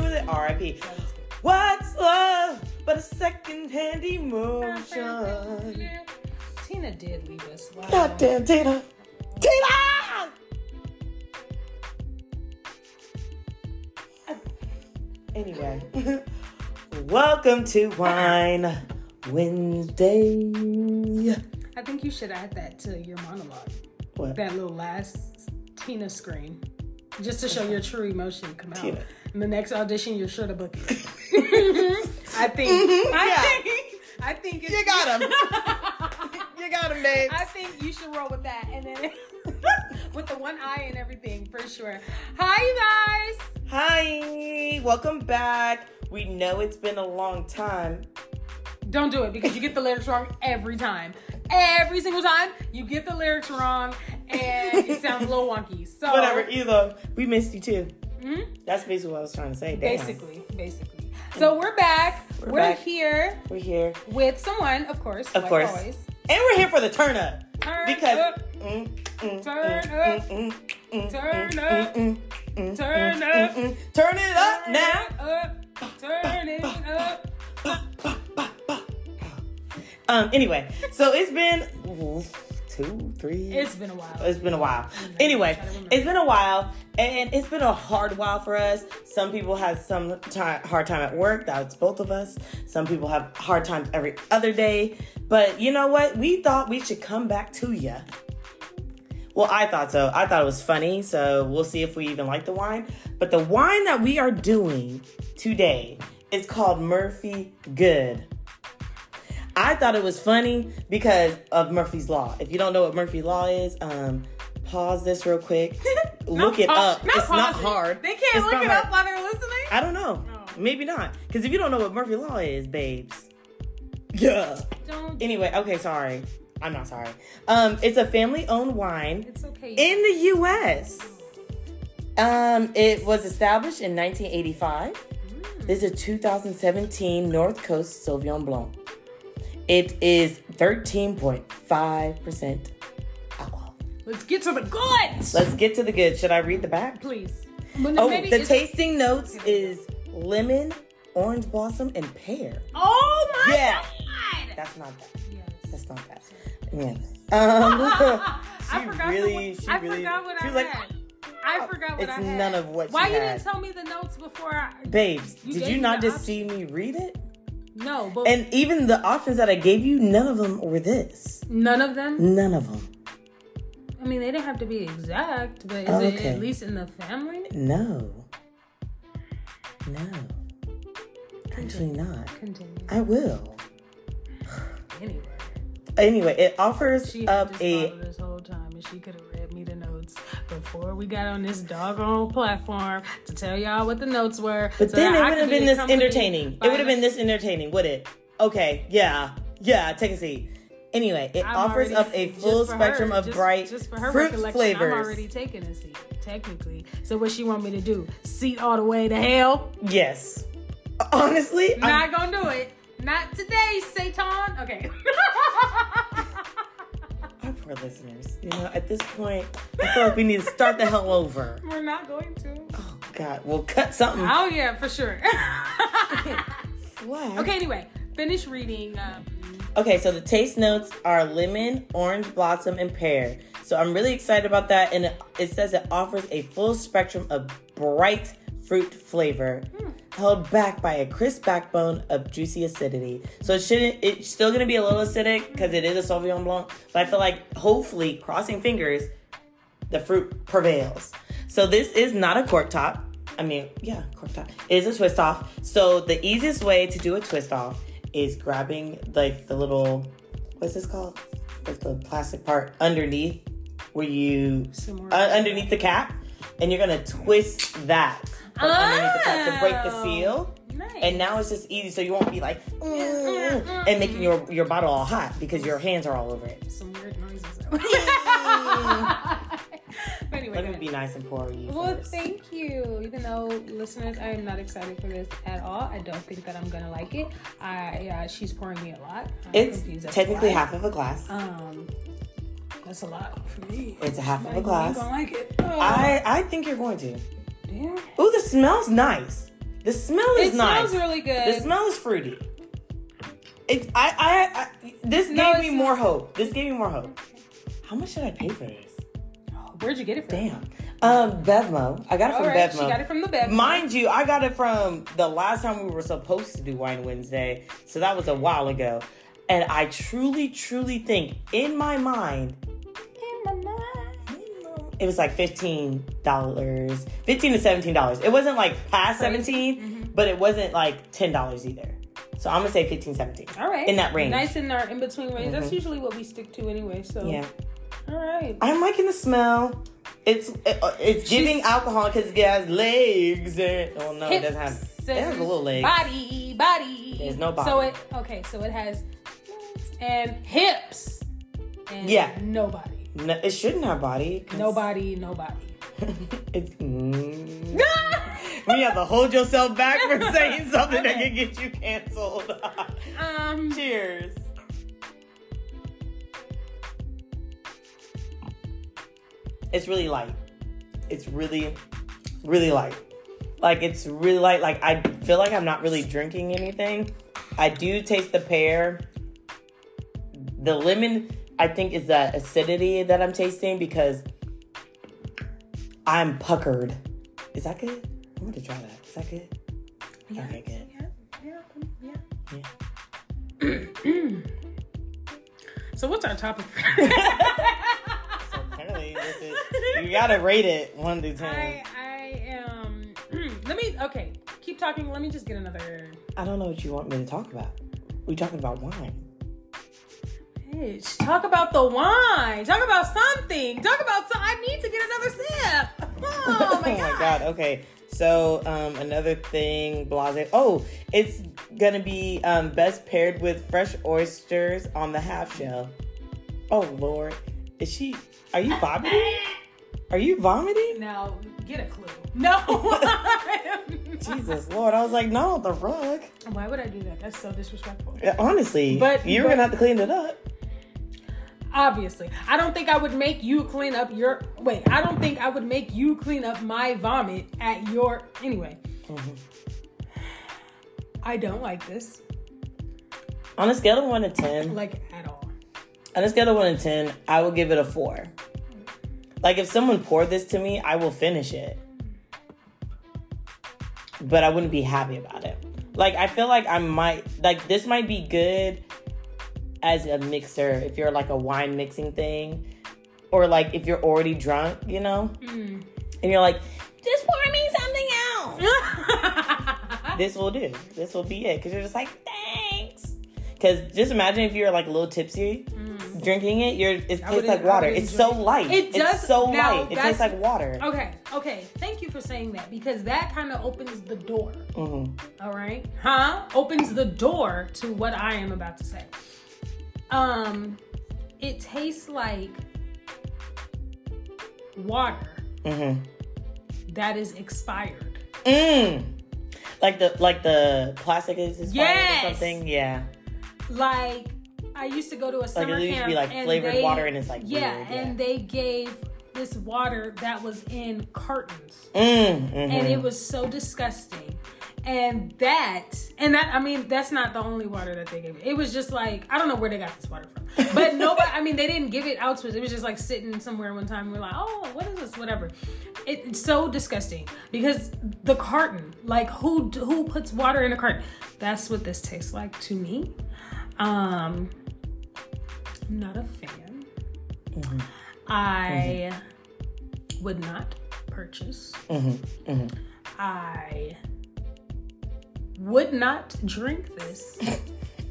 RIP. What's love but a second-hand emotion? Tina did leave us. Wow. Goddamn, Tina. Tina! Anyway, welcome to Wine Wednesday. I think you should add that to your monologue. What? That little last Tina screen. Just to show your true emotion come out. Tina. In the next audition, you're sure to book it. I think. I Mm-hmm. yeah. think. I think it's, You got him. you got him, babe. I think you should roll with that, and then with the one eye and everything for sure. Hi, you guys. Hi, welcome back. We know it's been a long time. Don't do it because you get the lyrics wrong every time. Every single time you get the lyrics wrong and it sounds a little wonky. So Whatever, either we missed you too. Mhm. That's basically what I was trying to say. Damn. basically, basically. So we're back. We're, back. here we're here, with someone, of course. Of like course. Always. and we're here for the turn up Turn because. up, Mm, mm, turn mm, up, mm, mm, turn mm, up, mm, mm, turn mm, up. mm, mm. Turn it up turn now. it up, turn it up. Um. Anyway, so it's been oof, two, three. It's been a while. It's been a while. Anyway, it's been a while, and it's been a hard while for us. Some people have some time, hard time at work. That's both of us. Some people have hard times every other day. But you know what? We thought we should come back to you. Well, I thought so. I thought it was funny. So we'll see if we even like the wine. But the wine that we are doing today is called Murphy Good. I thought it was funny because of Murphy's Law. If you don't know what Murphy Law is, um, pause this real quick. Look it Not pause- up. it's not pause it. hard. They can't It's look not it hard. up while they're listening. I don't know. Oh. Maybe not. Because if you don't know what Murphy Law is, babes. Yeah. Don't. Anyway, okay, sorry. I'm not sorry. Um, it's a family-owned wine it's okay. in the U.S. Um, it was established in 1985. This is a 2017 North Coast Sauvignon Blanc. It is 13.5% alcohol. Let's get to the goods. Let's get to the good. Should I read the back? Please. Well, no, Oh, maybe the it's- tasting notes is lemon, orange blossom, and pear. Oh my Yeah. god. That's not that. Yes. That's not that. Yeah. Um, I she forgot really- what, she I really- forgot what she I was like, "Oh, had. I forgot what it's I had. none of what she Why you had. didn't tell me the notes before? I, babes, You did gave you me not the just see me read it? no, but And even the options that I gave you, none of them were this. none of them. None of them. I mean, they didn't have to be exact, but is it Okay. at least in the family? No. No. Actually, not. Continue. I will. Anyway, Anyway, it offers she had up this a. bottle this whole time, and she could have read me the notes before we got on this doggone platform to tell y'all what the notes were. But so then that it I would have could been be this accompanied entertaining. by It would have my- been this entertaining, would it? Okay, yeah, yeah. Take a seat. Anyway, it I'm offers already- up a just full for spectrum her, of just- bright just for her fruit recollection, flavors. I'm already taking a seat, technically. So what she want me to do? Seat all the way to hell? Yes. Honestly, I'm- Not gonna do it. Not today, Satan. Okay. our poor listeners. You know, at this point, I feel like we need to start the hell over. We're not going to. Oh God, we'll cut something. Oh yeah, for sure. Flag. okay. Anyway, finish reading. Um, Okay, so the taste notes are lemon, orange blossom, and pear. So I'm really excited about that. And it, it says it offers a full spectrum of bright fruit flavor, held back by a crisp backbone of juicy acidity. So it shouldn't. It's still gonna be a little acidic because it is a Sauvignon Blanc. But I feel like hopefully, crossing fingers, the fruit prevails. So this is not a cork top. I mean, yeah, cork top. It is a twist off. So the easiest way to do a twist off is grabbing like the little what's this called? Like the plastic part underneath where you Some more. uh, underneath the cap, and you're gonna twist that from underneath the cap to break the seal. nice. And now it's just easy, so you won't be like "Mm," and making your your bottle all hot because your hands are all over it. some weird noises. but anyway, Let me go ahead. be nice and pour you. Well, first. thank you. Even though listeners, I am not excited for this at all. I don't think that I'm gonna like it. I uh, she's pouring me a lot. I'm It's confused as to technically why. half of a glass. Um, that's a lot for me. It's a half of a Like, glass. You ain't gonna like it. Oh, I I think you're going to. damn. Ooh, the smell's nice. The smell is It nice. smells really good. the smell is fruity. It, I, I, I, this No, gave it me more smells- hope. This gave me more hope. How much should I pay for this? Where'd you get it from? Damn. Um, Bevmo. I got it All from right, Bevmo. she got it from the bed. Mind you, I got it from the last time we were supposed to do Wine Wednesday. So that was a while ago. And I truly, truly think in my mind, it was like $15, 15 to $17. It wasn't like past 17, Mm-hmm. but it wasn't like $10 either. So I'm going to say 15, 17. All right. In that range. Nice in our in between range. That's Mhm. usually what we stick to anyway. So Yeah. all right. I'm liking the smell. It's it, uh, it's giving alcohol because it has legs. And, oh no, it doesn't have. Hips It has a little leg. Body, body. There's no body. So it okay. So it has legs and hips. And Yeah. Nobody. No, it shouldn't have body. 'cause- Nobody. Nobody. it's. Mm. We have to hold yourself back for saying something that Okay. can get you canceled. um. Cheers. It's really light. It's really, really light. Like it's really light. Like I feel like I'm not really drinking anything. I do taste the pear. The lemon, I think, is that acidity that I'm tasting because I'm puckered. Is that good? I'm gonna try that. Is that good? Yeah. Okay, good. Yeah. Yeah. Yeah. So what's our topic? for- So apparently, this is, you gotta rate it one through ten. I I, I am. mm, let me. Okay, keep talking. Let me just get another. don't know what you want me to talk about. We talking about wine. Bitch, talk about the wine. Talk about something. Talk about. So I need to get another sip. Oh my god. Okay, so um, another thing, blase. Oh, it's gonna be um, best paired with fresh oysters on the half shell. Oh Lord, is she? Are you vomiting? Are you vomiting? Now get a clue. No. I am not. Jesus Lord, I was like, no, the rug. Why would I do that? That's so disrespectful. Honestly, But- you were but- gonna have to clean it up. Obviously, I don't think I would make you clean up your. Wait, I don't think I would make you clean up my vomit at your. Anyway. Mm-hmm. I don't like this, On a scale of one to ten, like at all. On a scale of one to ten, I will give it a four. Like if someone poured this to me, I will finish it. But I wouldn't be happy about it. Like I feel like I might like this might be good as a mixer if you're like a wine mixing thing. Or like if you're already drunk, you know? Hmm. And you're like, just pour me something else this will do. This will be it. Cause you're just like, thanks. Cause just imagine if you're like a little tipsy, drinking it, you're it tastes wouldn't- like Mm. I water. wouldn't It's so drink it. light. It does- It's so now, light. It that's- tastes like water. okay, okay. Thank you for saying that because that kind of opens the door. Mhm. All right, huh? Opens the door to what I am about to say. Um, it tastes like water that is expired. Mm-hmm. Mm. Like the like the plastic is expired Yes. or something. Yeah. Like I used to go to a Like summer it used to camp be like and flavored they- water and it's like yeah, weird, and they gave this water that was in cartons. Mm, mhm. and it was so disgusting. And that, and that, I mean, that's not the only water that they gave. It was just like I don't know where they got this water from, but nobody. I mean, they didn't give it out to us. It was just like sitting somewhere one time. And we're like, oh, what is this? Whatever. It, it's so disgusting because the carton, like who d- who puts water in a carton? That's what this tastes like to me. Um, I'm not a fan. I would not purchase. Mm-hmm. I would not drink this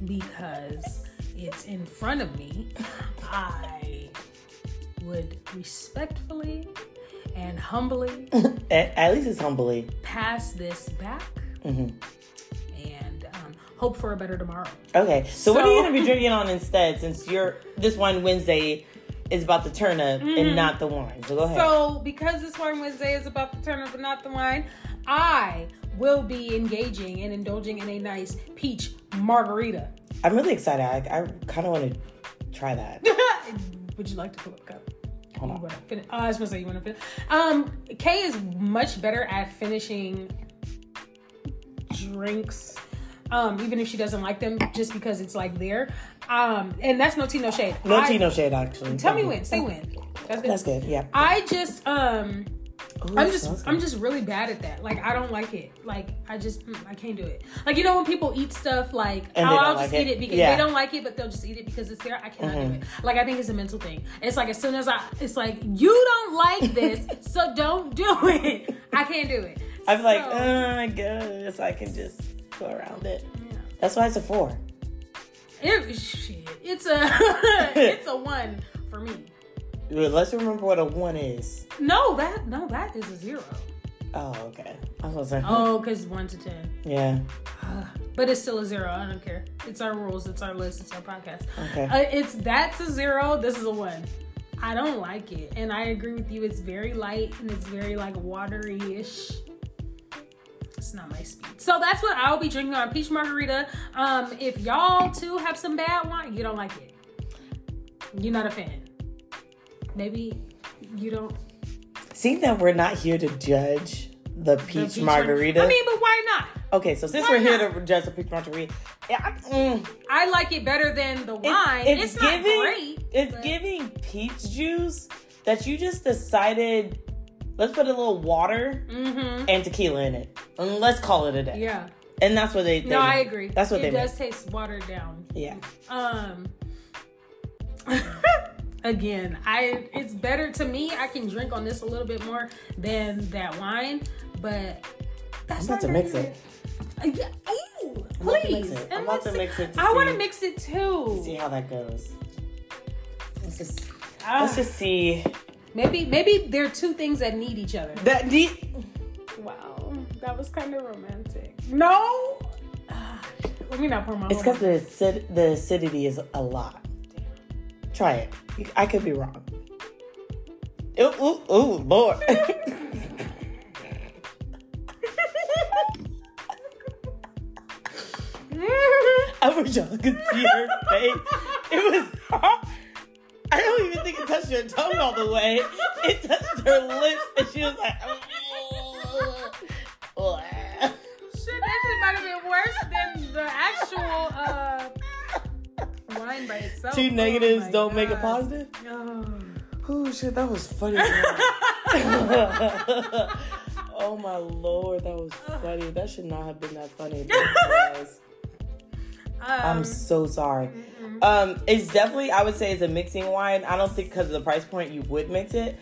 because it's in front of me. I would respectfully and humbly At, at least it's humbly. pass this back Mm-hmm. and um, hope for a better tomorrow. Okay. So, what are you So- gonna be drinking on instead since you're this wine Wednesday is about to turn up and not the wine. So go ahead. Mm-hmm. So, because this wine Wednesday is about to turn up but not the wine, I will be engaging and indulging in a nice peach margarita. I'm really excited. I, I kind of want to try that. Would you like to pull up a cup? Hold You on. wanna finish? Oh, I was gonna say you wanna finish. Um, Kay is much better at finishing drinks. Um, even if she doesn't like them, just because it's like there, um, and that's no tea, no shade. No I- tea, no shade, actually. Tell me when. Say when. That's good. That's good, yeah. I just um Ooh, I'm that just smells good. I'm just really bad at that. Like I don't like it. Like I just mm, I can't do it. Like you know when people eat stuff like And they oh, don't I'll like just it. eat it because Yeah. they don't like it, but they'll just eat it because it's there. I cannot do Mhm. it. Like I think it's a mental thing. It's like as soon as I, it's like you don't like this, so don't do it. I can't do it. I'm like, So, uh, I guess I can just go around it. yeah. That's why it's a four. It- shit. It's a it's a one for me. Well, Let's remember what a one is. No, that no, that is a zero. Oh, okay. I was like, Oh, because one to ten. yeah, Ugh. but it's still a zero. I don't care. It's our rules. It's our list. It's our podcast. okay. Uh, it's that's a zero. This is a one. I don't like it, and I agree with you. It's very light and it's very like watery ish. It's not my speed. So that's what I'll be drinking on peach margarita. Um, if y'all too have some bad wine, you don't like it. You're not a fan. Maybe you don't. Seeing that we're not here to judge the peach, the mar- margarita. I mean, but why not? okay, so since why we're here not? to judge the peach margarita, yeah, I'm- mm, I like it better than the it- wine. it's, not great. It's but- giving peach juice that you just decided. Let's put a little water Mm-hmm. and tequila in it, and let's call it a day. Yeah. And that's what they. they No, I agree. That's what it they meant. does taste watered down. Yeah. Um. again, I it's better to me. I can drink on this a little bit more than that wine, but that's I'm about not to very mix it. good. Uh, yeah, ooh, I'm about to mix please. it. and I'm about to let's- mix it to I want to see- mix it too. See how that goes. Let's just Ah, let's just see maybe maybe there are two things that need each other. that. The, Wow, that was kind of romantic. No. Ah, Let me not pour my. it's whole- because the acid, the acidity is a lot. Try it. You- I could be wrong. Ooh, ooh, ooh, Lord. I wish y'all could see her face. It was hard. I don't even think it touched her tongue all the way. It touched her lips, and she was like, "Oh, Shit, that shit might have been worse than the actual uh, wine by itself. Two Oh negatives my don't make a God. positive. Oh. Oh shit, that was funny. as hell. oh my lord, that was funny. That should not have been that funny. but it was. I'm Um, so sorry. Um, it's definitely I would say it's a mixing wine. I don't think because of the price point you would mix it,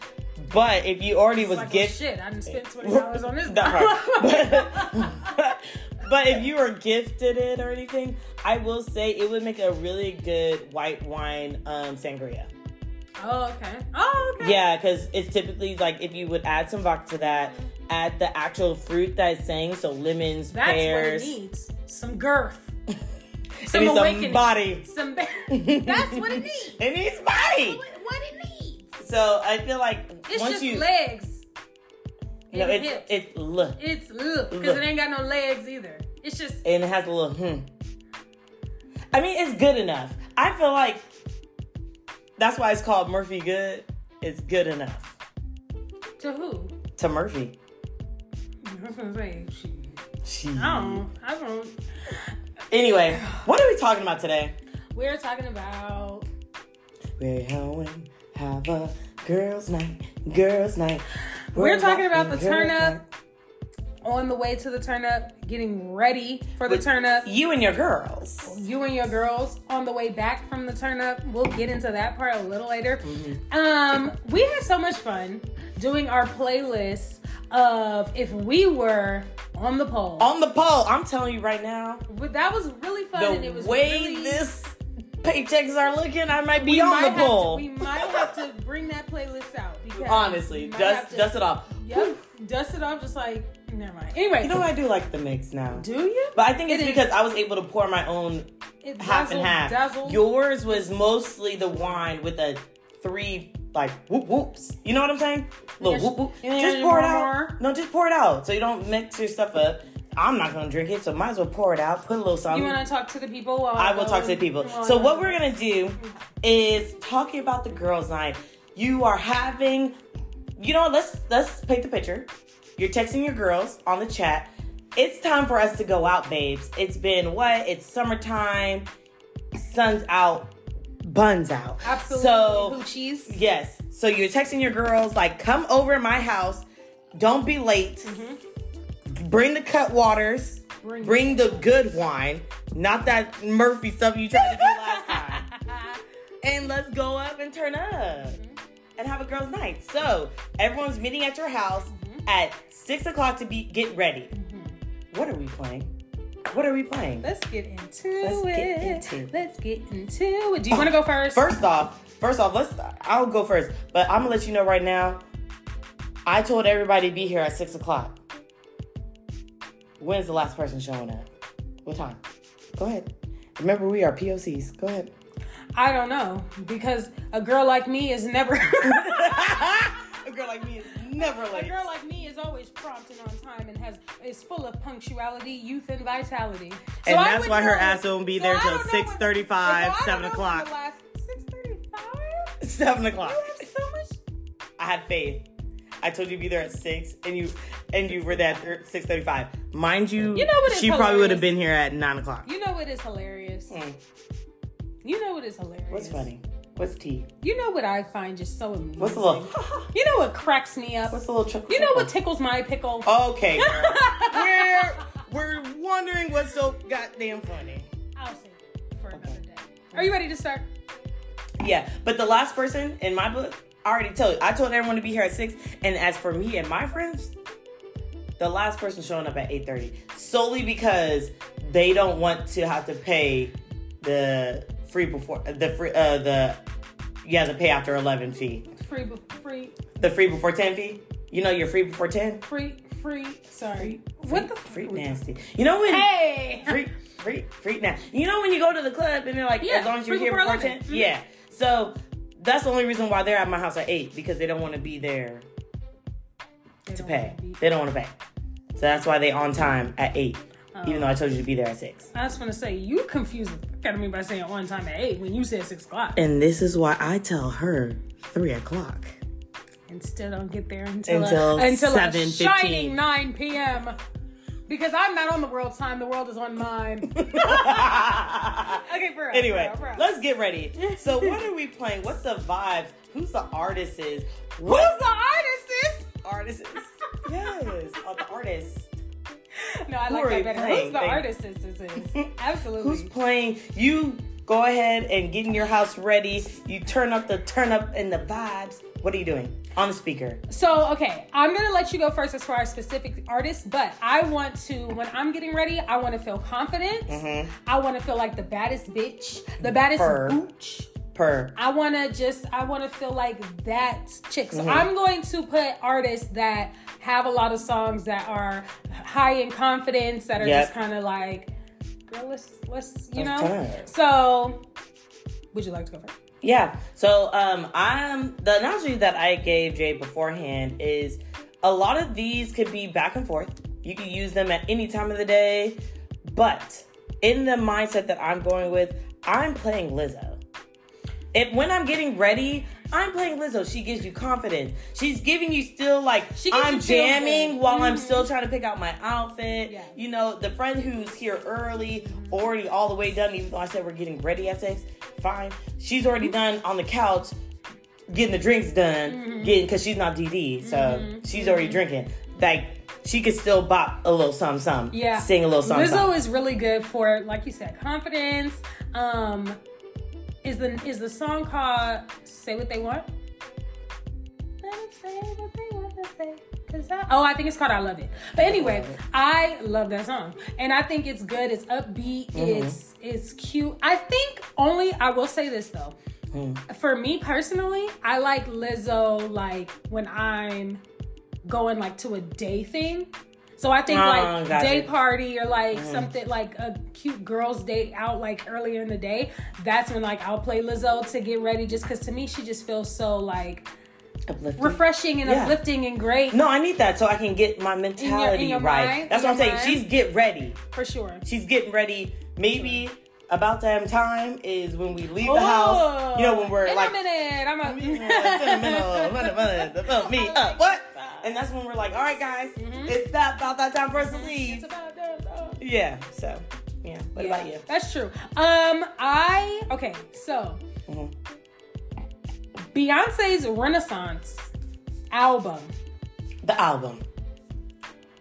but if you already was like, well, gift, shit, I didn't spend twenty dollars on this. That part. but if you were gifted it or anything, I will say it would make a really good white wine um, sangria. oh okay. Oh okay. Yeah, because it's typically like if you would add some vodka to that, add the actual fruit that it's saying, so lemons, That's pears, what it needs. Some girth. it Some needs awakening. some body. Some. ba- That's what it needs. It needs body. What, what it needs. So I feel like It's once just you legs. no, and it's hips. it's look It's ugh, because Look. it ain't got no legs either. It's just and it has a little hmm. I mean, it's good enough. I feel like that's why it's called Murphy Good. It's good enough to who? to Murphy. I was gonna say, she- She- I don't. I don't. Anyway, what are we talking about today? We're talking about We're going have a girls' night, girls' night. We're talking about rocking the turn girls' up. on the way to the turn up, getting ready for the With- turn up. night. You and your girls. You and your girls on the way back from the turn up. We'll get into that part a little later. Mm-hmm. Um, we had so much fun doing our playlist of if we were on the pole. On the poll, I'm telling you right now, But that was really fun, Oh, and the it was way really, this paychecks are looking, I might be we on might the have to- poll. we might have to bring that playlist out because Honestly, we might have dust to- dust it off. Yep. Dust it off, just like never mind. Anyway, You know, I do like the mix now. do you? But I think it's It is- because I was able to pour my own It half dazzled- and half. dazzled. Yours was mostly the wine with a three like whoop whoops. You know what I'm saying? Little Yes. whoop whoop. Yeah, just you pour it want out. more? No, just pour it out so you don't mix your stuff up. I'm not gonna drink it, so might as well pour it out. Put a little you something. want to talk to the people? While I will go talk to the and- people. while I So go? what we're gonna do is talking about the girls' night. You are having, you know, let's let's paint the picture. You're texting your girls on the chat. It's time for us to go out, babes. It's been what? It's summertime. Sun's out. Buns out. Absolutely. So Hoochies. Yes. So you're texting your girls like, come over my house. Don't be late. Bring the cut waters. Bring Bring, the good wine, not that Murphy stuff you tried to do last time. And let's go up and turn up and have a girls' night. So everyone's meeting at your house at six o'clock to be get ready. What are we playing? What are we playing? Let's get into Let's it. get into it. Oh, Let's get into it. Do you want to go first? First off, first off, let's. I'll go first, but I'm gonna let you know right now. I told everybody to be here at six o'clock. When's the last person showing up? What time? Go ahead. Remember, we are POCs. Go ahead. I don't know because a girl like me is never. A girl like me is never A late. girl like me is always prompt and on time and has is full of punctuality, youth, and vitality. So And I that's would why her know- ass won't be so there I till don't know when- 6:35, so I don't 7 know when o'clock. the last- 6:35? Seven o'clock. You have so much. I had faith. I told you to be there at six, and you and you were there at er, six thirty-five. Mind you, You know what is she probably would hilarious? have been here at nine o'clock. You know what is hilarious? Hmm. You know what is hilarious? What's funny? What's tea? You know what I find just so amusing? What's a little? You know what cracks me up? What's a Oh. little? Tr- You know what tickles my pickle? Okay, girl. we're we're wondering what's so goddamn funny. I'll save it for another day. Are you ready to start? Yeah, but the last person in my book, I already told you. I told everyone to be here at six, and as for me and my friends, the last person showing up at eight thirty solely because they don't want to have to pay the free before the free uh, the yeah the pay after eleven fee, Free, bef- free, the free before ten fee. You know you're free before ten. free, free. Sorry. what the? Freak nasty. You know when Hey. freak, freak, freak now. You know when you go to the club and they're like, Yeah, as long as you're free here before before 10? 11. Mhm. Yeah. So that's the only reason why they're at my house at 8 because they don't want to be there They to don't pay. wanna be- They don't want to pay. So that's why they on time at 8, even Oh. though I told you to be there at 6. I just want to say you confused the fuck out of me by saying one time at eight when you said six o'clock And this is why I tell her 3 o'clock. and still don't get there until Until a, until a 7:15. shining nine p.m. Because I'm not on the world's time; the world is on mine. Okay, for real, anyway, for real, for real. let's get ready. So what are we playing? What's the vibes? Who's the artists? Who's Who's the the artist? artists? yes, uh, the artists. is? No, I Who like are that you better. playing? Who's the Thank- artist? Is is is absolutely. Who's playing? You go ahead and get in your house ready. You turn up the turn up and the vibes. What are you doing on the speaker? So, okay, I'm gonna let you go first as far as specific artists, but I want to, when I'm getting ready, I wanna feel confident. Mm-hmm. I wanna feel like the baddest bitch, the baddest Purr. booch. Per I wanna just, I wanna feel like that chick. Mm-hmm. So, I'm going to put artists that have a lot of songs that are high in confidence, that are Yep. just kind of like, girl, let's, let's, you Let's know? turn. So, would you like to go first? yeah. So um, I'm the analogy that I gave Jay beforehand is a lot of these could be back and forth. You can use them at any time of the day, but in the mindset that I'm going with, I'm playing Lizzo. If when I'm getting ready, I'm playing Lizzo. She gives you confidence. She's giving you still like She gives I'm you feel jamming good. while I'm still trying to pick out my outfit. Mm. Yeah. You know, the friend who's here early, already all the way done, even though I said we're getting ready at six, fine. She's already done on the couch, getting the drinks done, Mm-hmm. getting because she's not DD, so she's already drinking. Like she could still bop a little something, something. Yeah. Sing a little something. something. Lizzo is really good for, like you said, confidence. Um, is the is the song called "Say What They Want"? Let 'em say what they want to say, 'cause I- Oh, I think it's called I Love It. But anyway, I love that song. And I think it's good, it's upbeat, it's it's cute. I think only I will say this though. For me personally, I like Lizzo like when I'm going like to a day thing. So I think Oh, like got day it. Mm. party or like something like a cute girls date out like earlier in the day. That's when like I'll play Lizzo to get ready just cuz to me she just feels so like Uplifting. refreshing and Yeah. uplifting and great no, I need that so I can get my mentality your right. mind, That's in what I'm your saying. mind. She's get ready. for sure. She's getting ready. Maybe about that time is when we Oh. leave the house. You know, when we're in like, a minute, I'm a sentimental, me up. What? and that's when we're like, all right, guys, it's that about that time for us to leave. Mm-hmm. It's about that, uh, yeah. So, yeah. What yeah, about you? That's true. Um, I okay, so Mhm. Beyonce's Renaissance album, The album.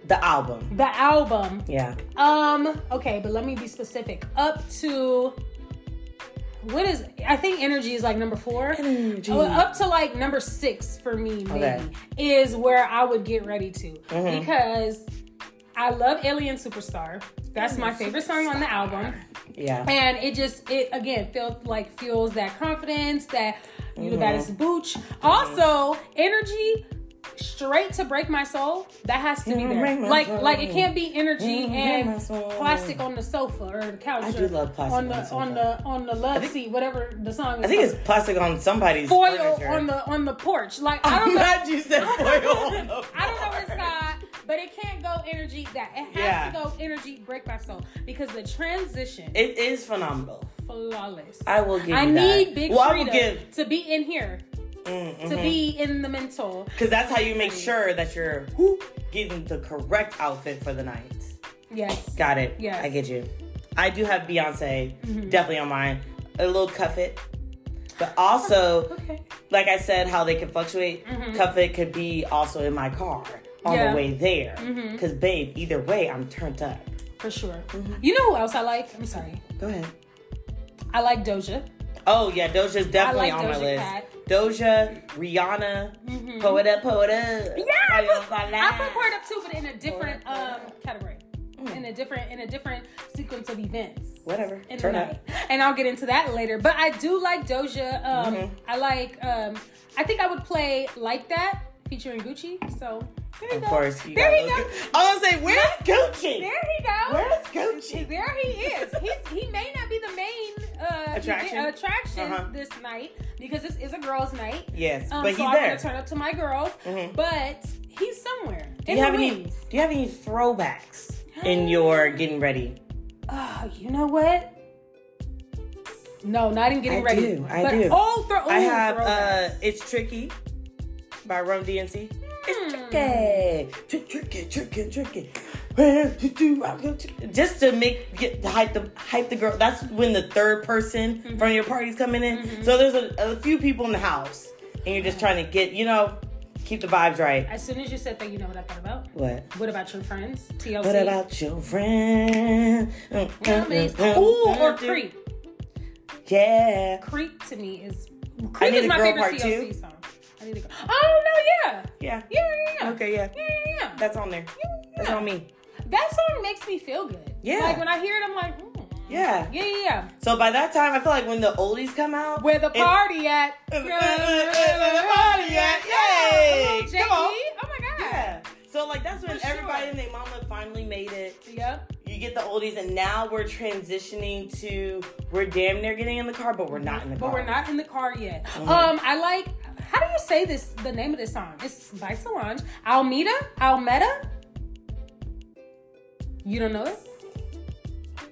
The album. the album. Yeah. Um, okay, but let me be specific. Up to what is? I think energy is like number four. Energy. Oh, up to like number six for me, maybe Okay. Mm-hmm. is where I would get ready to because I love Alien Superstar. That's my favorite song on the album. Yeah. and it just it again felt like fuels that confidence that you the Mm-hmm. baddest booch also energy straight to break my soul that has to be Mm-hmm. Break there my like soul. Mm-hmm. like it can't be energy Break my and soul. plastic on the sofa or the couch I do or love plastic on the on the on sofa. the on the love seat whatever the song is I think called. it's plastic on somebody's foil furniture. on the on the porch like i don't I'm know glad you said foil on the I don't know what it's porch. called, but it can't go energy that. It has Yeah. to go energy break my soul because the transition It is phenomenal. flawless. I will give you I that. need Big Well, I will Frida give- Mm-hmm. to be in here, to be in the mental. Because that's how you make sure that you're whoop, getting the correct outfit for the night. Yes. Got it. Yes. Mm-hmm. I get you. I do have Beyonce definitely on mine. A little cuff it. But also, Okay. like I said, how they can fluctuate. Cuff it could be also in my car on Mm-hmm. Yeah. Mm-hmm. the way there. Because, babe, either way, I'm turned up. For sure. Mm-hmm. You know who else I like? I'm sorry. Go ahead. I like Doja. Oh, yeah, Doja's definitely like on my Doja list. Cat. Mm-hmm. Doja, Rihanna, Pull It Up, Pull It Up. Yeah, I Fire on put, my I put line. Word Up too, but in a different Word um, Up. category, Mm. in a different in a different sequence of events. Whatever. in Turn the up. night. And I'll get into that later. But I do like Doja. Um, Mm-hmm. I like. Um, I think I would play like that featuring Gucci. So there you Of go. course. You there got you those go. Gu- I was gonna say, where's Gucci? There he goes. Where's Gucci? There he is. He's, he may not be the main uh, Attraction? event- attraction Uh-huh. this night because this is a girls' night. Yes, Um, but he's so I'm there. gonna turn up to my girls, Mhm. but he's somewhere. do in you the have any? wings. Do you have any throwbacks in your getting ready? Oh, you know what? No, not in getting I ready. do, I but do. All throw. I ooh, have throwbacks. uh, "It's Tricky" by Rum DNC. It's Hmm. tricky, Tri- tricky, tricky, tricky. Where to do? I go to- Just to make get hype the hype the girl. That's when the third person Mm-hmm. from your party's coming in. So there's a, a few people in the house, and you're just trying to get you know keep the vibes right. As soon as you said that, you know what I thought about. What? What about your friends? TLC. What about your friend? Mm, mm, mm, mm, Ooh, mm, or mm. Creep. Yeah. Creep to me is Creep Need is a my Girl favorite Part Two. TLC song. I need to go. Oh no, yeah, Yeah. yeah, yeah, yeah. Okay, yeah. Yeah, yeah, yeah. That's on there. That's on me. That song makes me feel good. Yeah. Like when I hear it, I'm like, mm. Yeah. yeah, yeah, yeah. So by that time, I feel like when the oldies come out, Where the it- party at? Where the party at? Yeah, Yay. Come Come on. on, JE. Oh my god. yeah. So like that's when For sure. everybody and their mama finally made it. Yep. You get the oldies, and now we're transitioning to we're damn near getting in the car, but we're not in the But car. Mm-hmm. we're not in the car yet. Um, I like. How do you say this? The name of this song? It's by Solange. Almeida. Almeda. You don't know it? I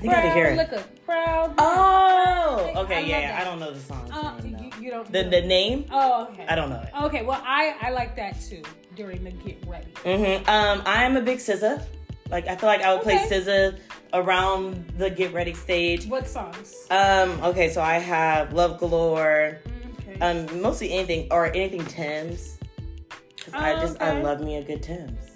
think I had to hear it. Look up. Proud. Oh. I Okay. love yeah. that. I don't know the song. so Uh, I don't know. you, you don't. the the name. oh, okay. I don't know it. Okay. Well, I I like that too during the get ready. hmm Um, I am a big SZA. Like I feel like I would play Okay. SZA around the get ready stage. What songs? Um, okay, so I have Love Galore, Okay. um, mostly anything or anything Tim's. 'Cause I Oh, just I okay. love me a good Tim's.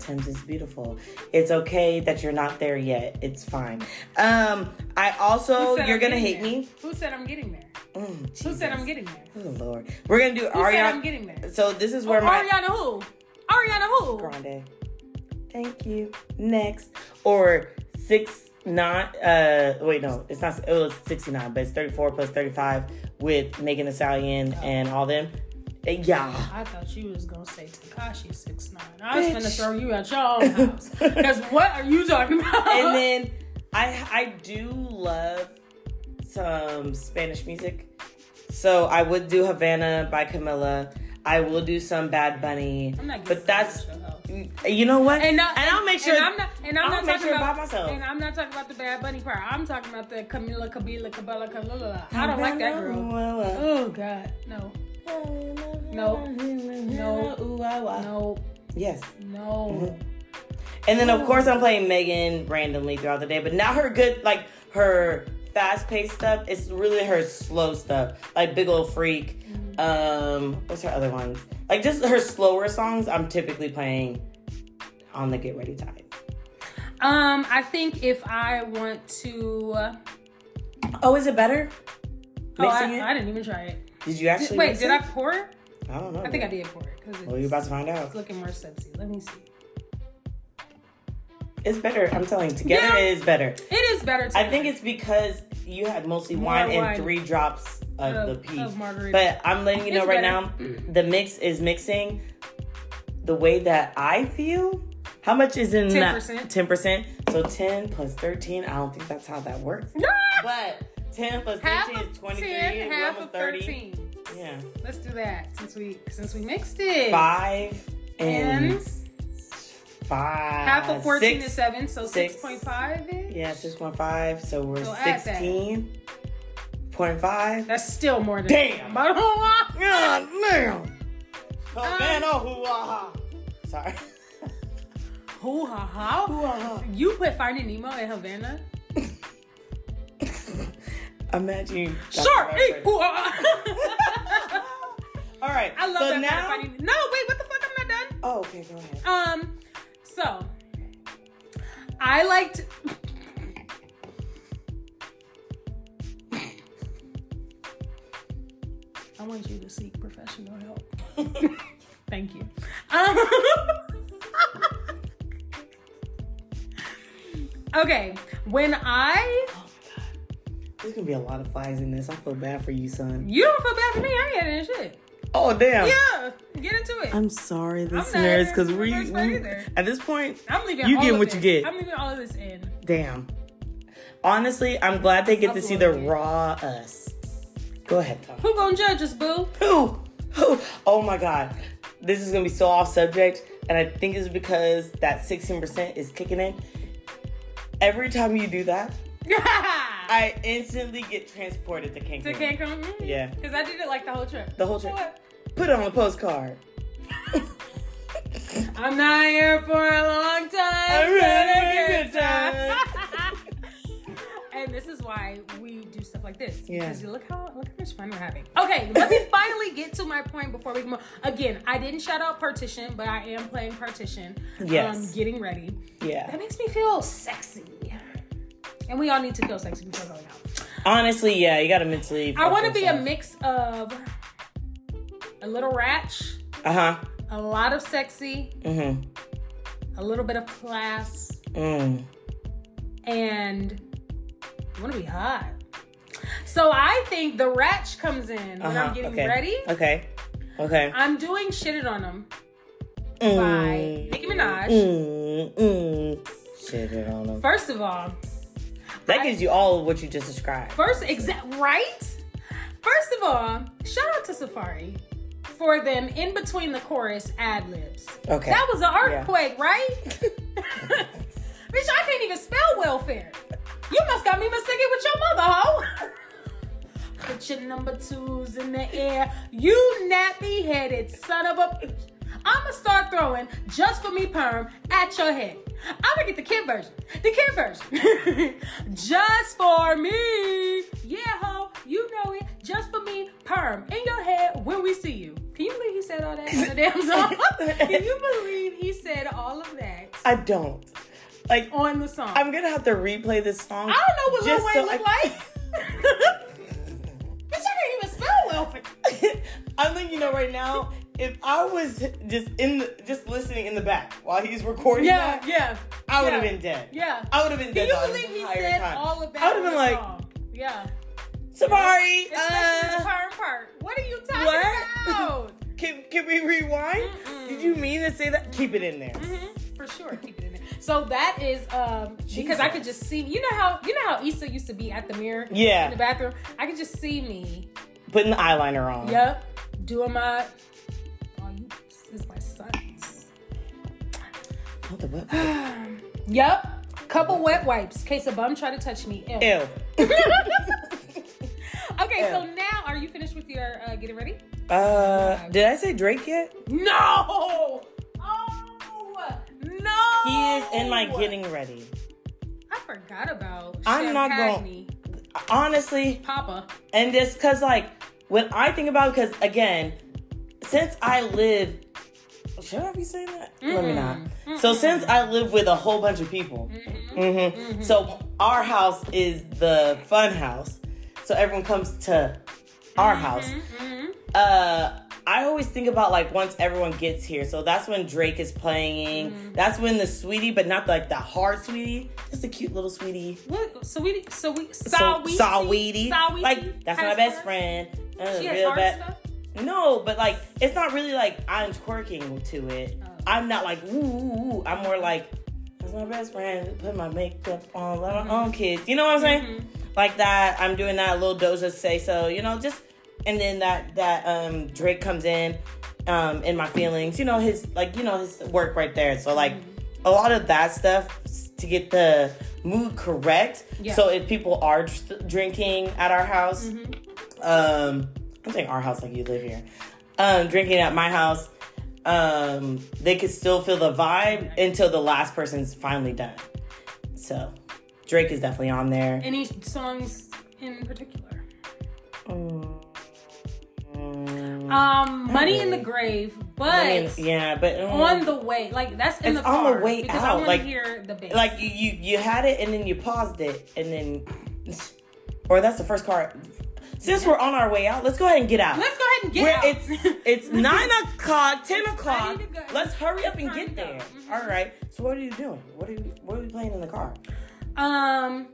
Tim's is beautiful. It's okay that you're not there yet. It's fine. Um, I also Who said you're I'm gonna getting hate there? me. Who said I'm getting there? Mm, Who said Jesus. I'm getting there? Oh Lord, we're gonna do Who said I'm Ariana. getting there? so this is where Oh, my Ariana who? Ariana who? Grande. Thank you. Next. Or six nine uh wait no, it's not it was sixty nine, but it's thirty four plus thirty five with Megan Thee Stallion and all them. Uh, Yeah. I thought you was gonna say Takashi six nine. I was Bitch. gonna throw you at your own house. Cause what are you talking about? And then I I do love some Spanish music. So I would do Havana by Camila. I will do some Bad Bunny. I'm not but getting that's at your house. you know what? And, no, I'll make sure And I'm not. And I'm I'll not make talking sure about by myself. And I'm not talking about the Bad Bunny part. I'm talking about the Camila Cabela Cabela Cabela. I don't like that girl. Oh God, no. No. No. Ooh, ah, wah. No, Yes. Mm-hmm. no. And then of course I'm playing Megan randomly throughout the day, but not her good like her fast paced stuff. It's really her slow stuff. Like Big Ol' Freak. Um what's her other ones? Like just her slower songs I'm typically playing on the get ready time. Um, I think if I want to, oh, Oh, is it better? Mixing I, it? I didn't even try it. Oh, did you actually Wait, mix did it? Oh, I pour? it? I don't know. I think I did pour it because Well, you're about to find out. it's looking more subsy. Let me see. It's better. I'm telling you, together Yeah. it is better. It is better. To I think it's because you had mostly More wine, wine. and three drops of, Of- the peach. of margarita. But I'm letting you know It's right better. now, the mix is mixing the way that I feel. How much is in that? 10%. Ten percent. So ten plus thirteen. I don't think that's how that works. But ten plus half thirteen is of twenty-three. ten, we're half almost of thirteen. Yeah, Let's do that since we since we mixed it. five and, And five. Half of fourteen six. is seven, so six. six point five. Yeah, six point five. So we're So add that. sixteen point five. That's still more than Damn. But I don't want- God damn! Oh, Havana, Sorry. Hoo ha ha. You put Finding Nemo in Havana. Imagine. you got Sure. the Hey, reference. hoo ha ha. All right. I love so that now. kind of Finding. No, wait. What the fuck? I'm not done. Oh, okay. Go ahead. Um, so I liked. I want you to seek professional help. Thank you. Um, okay, when I Oh my god. There's gonna be a lot of flies in this. I feel bad for you, son. you don't feel bad for me, I ain't had any shit. Oh damn. Yeah, get into it. I'm, I'm sorry, listeners, even because we, reversed that we either. at this point, leaving. You all get of what you this. get. I'm leaving all of this in. damn. Honestly, I'm glad they get to see the Uploaded. raw us. Go ahead, Tom. Who gonna judge us, boo? Who? Who? Oh my god. This is gonna be so off subject, and I think it's because that 16% is kicking in. Every time you do that, I instantly get transported to Cancun. To Cancun? Mm. Yeah. Because I did it like the whole trip. The whole trip. What? Put it on a postcard. I'm not here for a long time. I'm but ready a for a good and this is why we do stuff like this. Yeah. Because you look how look how much fun we're having. Okay, let me finally get to my point before we can move. Again, I didn't shout out partition, but I am playing partition. Yes. Um, getting ready. Yeah. That makes me feel sexy. And we all need to feel sexy before going out. Honestly, yeah, you gotta mentally. I want to be a mix of a little ratch, Uh huh. a lot of sexy, Mm a little bit of class, hmm. Mm. and I want to be hot. So I think the ratch comes in when Uh-huh. I'm getting okay. ready. Okay. Okay. I'm doing shitted on them by Mm. Nicki Minaj. Mm. Mm. Shit it on them. First of all, That I- gives you all of what you just described. first exact right. First of all, shout out to Safari for them in between the chorus ad libs. Okay. That was an earthquake, right? Bitch, I can't even spell welfare. You must got me mistaken with your mother, hoe. Put your number twos in the air. You nappy headed son of a bitch. I'ma start throwing just for me perm at your head. I'ma get the kid version. The kid version. just for me. Yeah, ho. You know it. Just for me perm in your head when we see you. Can you believe he said all that in the damn song? Can you believe he said all of that I don't. Like, on the song? I'm gonna have to replay this song. I don't know what Lil just Wayne so look I- like. Bitch, I can't even spell welfare. I'm letting you know right now. If I was just in the, just listening in the back while he's recording, Yeah, that, yeah. I would yeah. have been dead. Yeah. I would have been Do dead. you the believe he entire said time. all of that? I would have on been the like, song? yeah. Sorry, Especially the uh, perm part. What are you talking what? about? can can we rewind? Mm-mm. Did you mean to say that? Keep it in there. Mhm, For sure, keep it in there. So that is um because I could just see you know how you know how Issa used to be at the mirror in the Yeah, bathroom. I could just see me putting the eyeliner on. Yep. Doing my. Oh, you. This is my sons. What the what? Yep. Couple wet wipes. Case a bum try to touch me. Ew. Ew. okay, so Ew. now are you finished with your uh, getting ready? Uh, did I say Drake yet? No! Oh! No! He is in my getting ready. I forgot about I'm not Champagne. Honestly, Papa. and just because like when I think about because again, since I live, should I be saying that? Let me not. So since I live with a whole bunch of people, Mm-hmm. Mhm. so our house is the fun house. So everyone comes to our Mm-hmm. house. Uh, I always think about like once everyone gets here. So that's when Drake is playing. That's when the sweetie, but not like the hard sweetie, just a cute little sweetie. What? So we, so we, So- Saweetie. Saweetie. Saweetie Like, that's my has best hers? friend. Uh, She has real hard bad- stuff? No, but like, it's not really like I'm twerking to it. I'm not like, ooh, ooh, ooh. I'm more like, that's my best friend. Put my makeup on, let my own kids. You know what I'm saying? Like that. I'm doing that little Doja say so, you know, just, and then that, that, um, Drake comes in, um, in my feelings, you know, his, like, you know, his work right there. So, like, a lot of that stuff s- to get the mood correct. Yeah. So, if people are dr- drinking at our house, Mm-hmm. um I'm saying our house like you live here. Um drinking at my house, um they could still feel the vibe until the last person's finally done. So Drake is definitely on there. Any songs in particular? Mm, Um, Money in the really. Grave, I mean, but yeah, but mm, on the way, like that's in It's the on the car way because out, I want like- to hear the bass. like you, you you had it and then you paused it and then or that's the first car. Since we're on our way out, let's go ahead and get out. let's go ahead and get Where out. it's it's nine o'clock, ten o'clock. to go. Let's hurry up and It's time get to go. Mm-hmm. there. All right. So what are you doing? What are you what are we playing in the car? Um,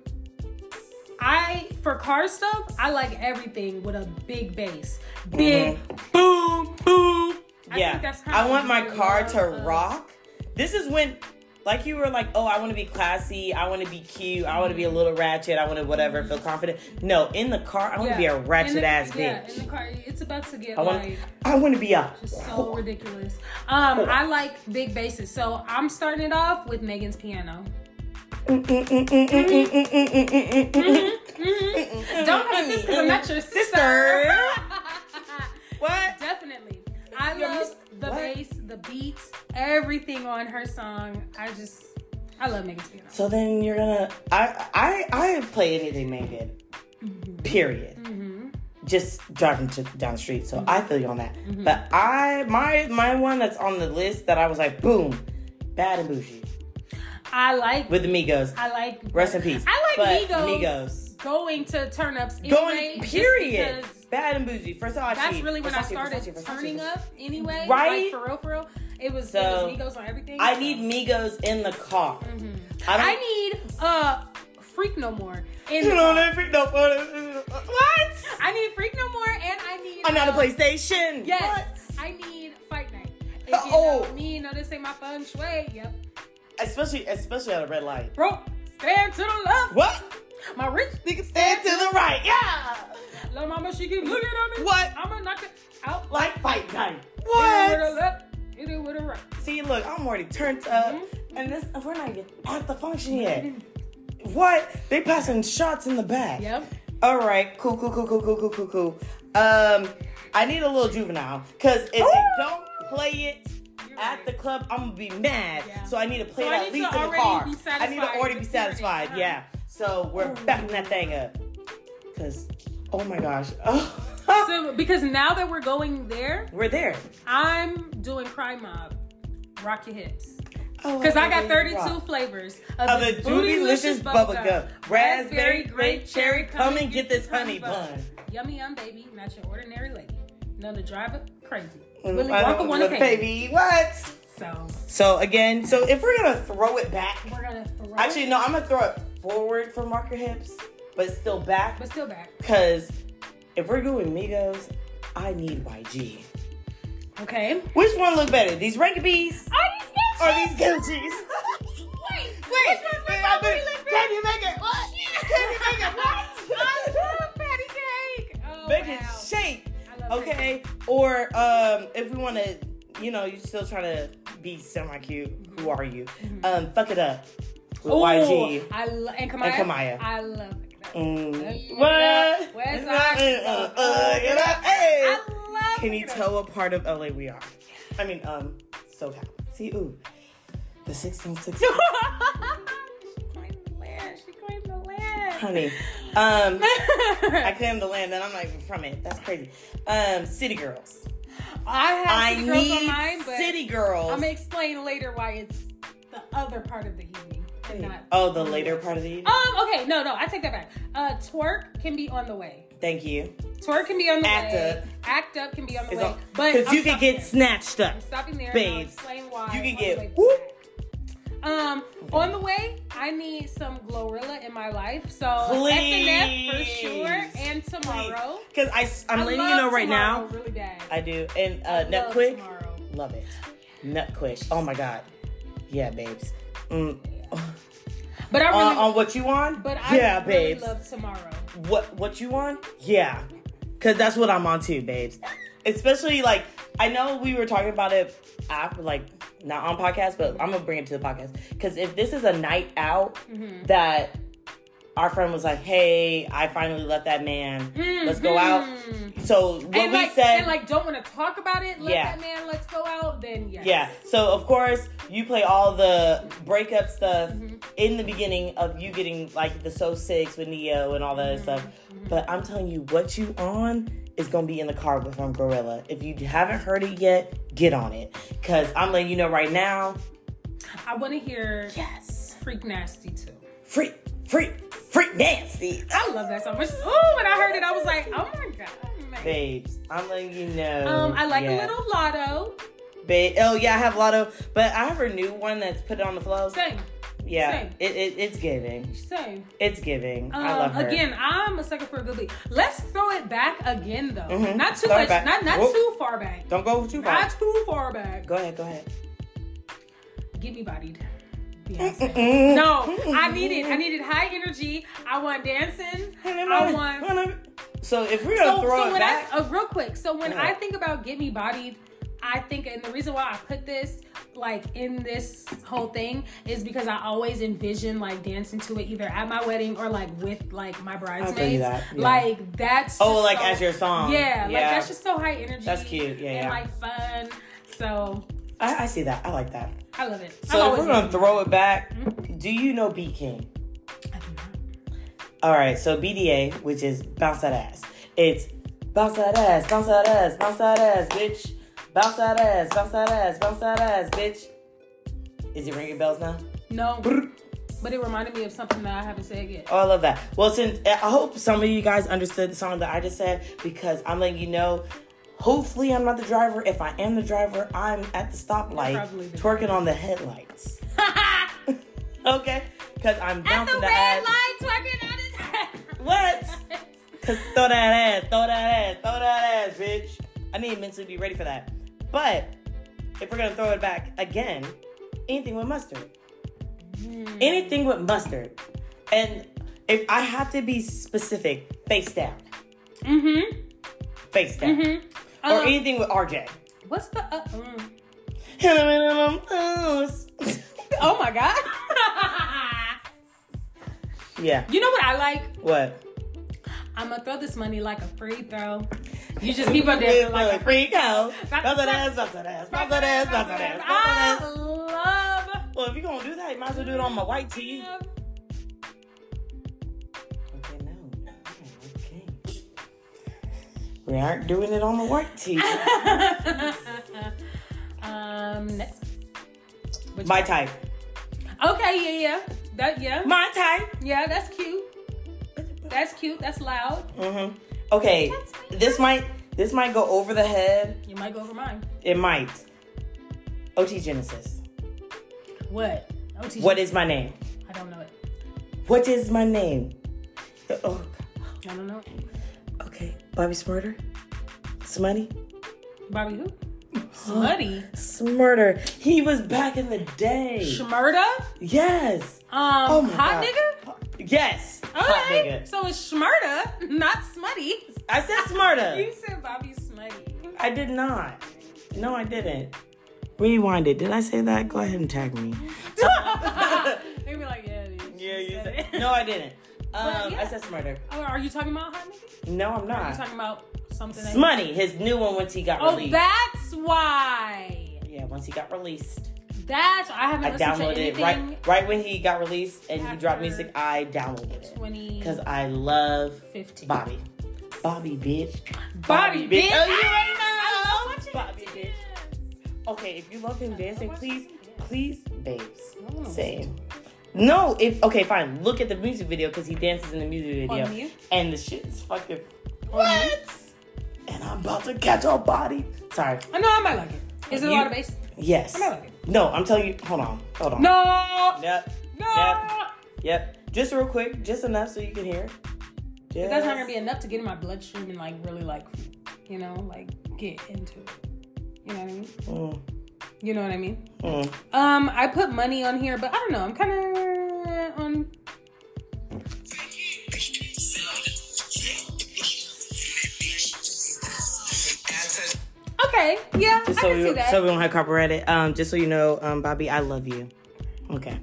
I for car stuff, I like everything with a big bass, Mm-hmm. big boom boom. yeah. think that's kinda I want my what I car love to of- rock. This is when like you were like, oh, I want to be classy. I want to be cute. I want to be a little ratchet. I want to whatever. Feel confident. No, in the car, I want to be a In the- ratchet ass yeah, bitch. in the car, it's about to get I want. like. I want to be a. Just so ridiculous. Um, I like big basses, so I'm starting it off with Megan's piano. Mm-hmm. Mm-hmm. Don't hate this because I'm not your sister. What? Definitely. I Yo, you love s- the what? bass, the beats, everything on her song. I just, I love Megan's piano. So then you're gonna I I I play anything naked. Mm-hmm. Period. Just driving to, down the street, so I Mm-hmm. feel you on that. But I my my one that's on the list that I was like, boom, bad and bougie I like, with the Migos. I like. Rest in peace. I like But Migos, Migos. going to turn ups anyway. Going just period. because Bad and bougie. First of all, That's really when I started turning up anyway. Right? Right? Like, for real, for real. It was, So, it was Migos on everything. I so. need Migos in the car. I don't. Mm-hmm. I need uh freak no more. And you know that freak- no, what? I need freak no more, and I need. I'm not a uh, PlayStation. Yes, I need fight night. If you Oh. know me, you know this ain't my fun shui. Yep, What? Especially especially at a red light. bro. Stand to the left. What? My rich Nigga stand to the right. Yeah. little mama, she keep looking at me. What? I'ma knock it out. Like fight night. Hit it with a What? left. Hit it with a right. See, look, I'm already turned up, and this we're not even at the function yet. What? They passing shots in the back. Yep. All right. Cool. Cool. Cool. Cool. Cool. Cool. Cool. Cool. Um, I need a little juvenile because if they Ooh. don't play it. You're At right. the club, I'm gonna be mad. Yeah. So I need to play So it I at need least to in the already car. be I need to satisfied already be with hearing it. satisfied. Uh-huh. Yeah. So we're backing that thing up. Cause, oh my gosh, oh, So because now that we're going there, we're there. I'm doing cry mob. Rock your hips. Oh, Because I got baby, 32 rock. flavors of of, the this bootylicious Bootylicious Bubble Gum. Raspberry, grape, grape, cherry, come and get this honey bun. Yummy, yum, baby. Not your ordinary lady. None to drive it crazy. Mm, Willy I Wonka don't wanna know, pay. baby, what? So So again, so if we're gonna throw it back, we're gonna throw actually it, no, I'm gonna throw it forward from Rock Your Hips, but still back. but still back. Cause if we're doing Migos, I need YG. Okay. Which one look better, these Rankabees Are these bitches? or these Gucci's? Wait, Wait, which one's my wait, favorite wait, liquor? can you make it? What? Can you make it? I What? love patty cake. Oh, Make it wow. shake. I love patty Okay, or um, if we want to, you know, you're still trying to be semi cute. Who are you? Um, fuck it up with YG. Mm-hmm. Ooh, I lo- and Kamaya. And Kamaya. I love it. Mm. Fuck it What? up. West Side. Uh, uh, uh, you know, hey. I love Can you tell what part of LA we are? I mean, um, SoCal. See, ooh, the 1660. she claimed the land. She claimed the land. Honey, um, I claimed the land, and I'm not even from it. That's crazy. Um, City Girls. I I have city girls need on mine, but City Girls. I'm gonna explain later why it's the other part of the evening and not. oh, the later part of the evening. Um. Okay. No. No. I take that back. Uh, twerk can be on the way. Thank you. Twerk can be on the Act way. up. Act up can be on the It's way. all- but I'm you could stopping get there. snatched up. I'm stopping there. And I'll babes. explain why. You on can the way get back. whoop. Um, on the way, I need some Glorilla in my life. So FNF for Please. sure, and tomorrow. Because I, s- I'm I letting you love know right tomorrow now. really bad. I do. And uh, I Nut love Quick. tomorrow. Love it. Nut Quick. Oh my God. Yeah, babes. Mm. But I On, really, on what you on? but I Uh, yeah, really babes. love tomorrow. what what you on? Yeah, cause that's what I'm on too, babes. Especially like I know we were talking about it after, like not on podcast, but I'm gonna bring it to the podcast. Cause if this is a night out Mm-hmm. that our friend was like, "Hey, I finally left that man. Let's go out." Mhm. So what and we like, said, and like, don't want to talk about it. Let Yeah. that man. Let's go out. Then yes. yeah. So of course you play all the breakup stuff Mm-hmm. in the beginning of you getting like the So Six with Neo and all that Mm-hmm. other stuff. But I'm telling you, what you on is gonna be in the car with from Gorilla. If you haven't heard it yet, get on it. Cause I'm letting you know right now. I want to hear Yes. Freak Nasty too. Freak, freak, freak nasty. I love that so much. Oh, when I heard it, I was like, oh my god. man. Babes, I'm letting you know. Um, I like Oh, Yeah. a little lotto. Ba- oh yeah, I have Lotto, but I have a new one that's put it on the flow. Same, Yeah, same. it, it, it's giving. same. It's giving. Um, I love her. Again, I'm a sucker for a good beat. Let's throw it back again though. Mhm. Not too Throw it much. back. Not not Whoop. too far back. Don't go too far. Not too far back. Go ahead, go ahead. Get me bodied. Beyonce. No, I need it. I needed high energy. I want dancing. I want. So if we're gonna So, throw so it when back, I uh, real quick, so when Yeah. I think about get me bodied, I think, and the reason why I put this like in this whole thing is because I always envision like dancing to it either at my wedding or like with like my bridesmaids. that, yeah. Like that's oh, just like so- as your song. yeah, like yeah. that's just so high energy. That's cute, yeah, and yeah. like fun. So I, I see that. I like that. I love it. I'm So if always we're gonna in. throw it back, do you know B King? I do not. All right, so BDA, which is bounce that ass. It's bounce that ass, bounce that ass, bounce that ass, bitch. Bounce that ass, bounce that ass, bounce that ass, bitch. Is it ringing bells now? No, but it reminded me of something that I haven't said yet. Oh, I love that. Well, since eh, I hope some of you guys understood the song that I just said because I'm letting you know. Hopefully, I'm not the driver. If I am the driver, I'm at the probably stoplight the twerking on the headlights. at Okay, because I'm the bouncing red the ass. light, twerking on his head. What? Cause throw that ass, throw that ass, throw that ass, bitch. I need to mentally be ready for that. But if we're gonna throw it back again, anything with mustard. Hmm. Anything with mustard. And if I have to be specific, face down. Mm-hmm. Face down. Or Um, anything with RJ. What's the? Uh, mm. Oh my god! yeah. you know what I like? What? I'm gonna throw this money like a free throw. You just keep on dancing like a free. freak out. Ah. Bounce that ass, bounce that ass, bounce that ass, bounce that ass, bounce that ass. I love. Well, if you're gonna do that, you might as well do it on my white tee. Okay, no. no, Okay. We aren't doing it on the white tee. um, next. Which my one? type. Okay, yeah, yeah, that yeah, My type. yeah, that's cute. That's cute. That's loud. Mm-hmm. Okay. This might this might go over the head. You might go for mine. It might. OT Genesis. What? OT. What is my name? I don't know it. What is my name? Oh, I don't know. It. God. okay. Bobby Smurder. Smutty. Bobby who? Smutty. Smurder. He was back in the day. Schmurda? yes. Um, Oh my God. hot nigga? Yes. Hot Okay. nigga. So it's Schmurda, not Smutty. I said Smurder. You said Bobby Smutty. I did not. No, I didn't. Rewind it. Did I say that? Go ahead and tag me. they be like, yeah, it is. Yeah, She you said said. it. No, I didn't. Um, yeah. I said smarter. Oh, are you talking about hot nigga? No, I'm Are you not. talking about something. that- Smutty, his new one once he got oh, released. that's why. yeah, once he got released, That's I haven't I listened downloaded to it anything. right right when he got released and he dropped after music. I downloaded it because 2015. I love Bobby. Bobby, bitch. Bobby, bitch. Oh, I you love ain't know. watching Bobby, bitch. Okay, if you love him dancing, please, please, babes, Mm. same. No, if okay, fine. Look at the music video because he dances in the music On video, mute? and the shit is fucking what? And I'm about to catch a body. Sorry. I know I might like it. Is it You- a lot of bass? Yes. I might like it. No, I'm telling you. Hold on. Hold on. No, Yep. no. Yep. Yep. Just real quick, just enough so you can hear. But that's not gonna be Just- enough to get in my bloodstream and like really like, you know, like get into it. You know what I mean? Mm, You know what I mean? mm. Um, I put money on here, but I don't know. I'm kind of on. Okay, yeah, Just I so can see we, that. so we don't have copyrighted. Um, just so you know, um, Bobby, I love you. Okay.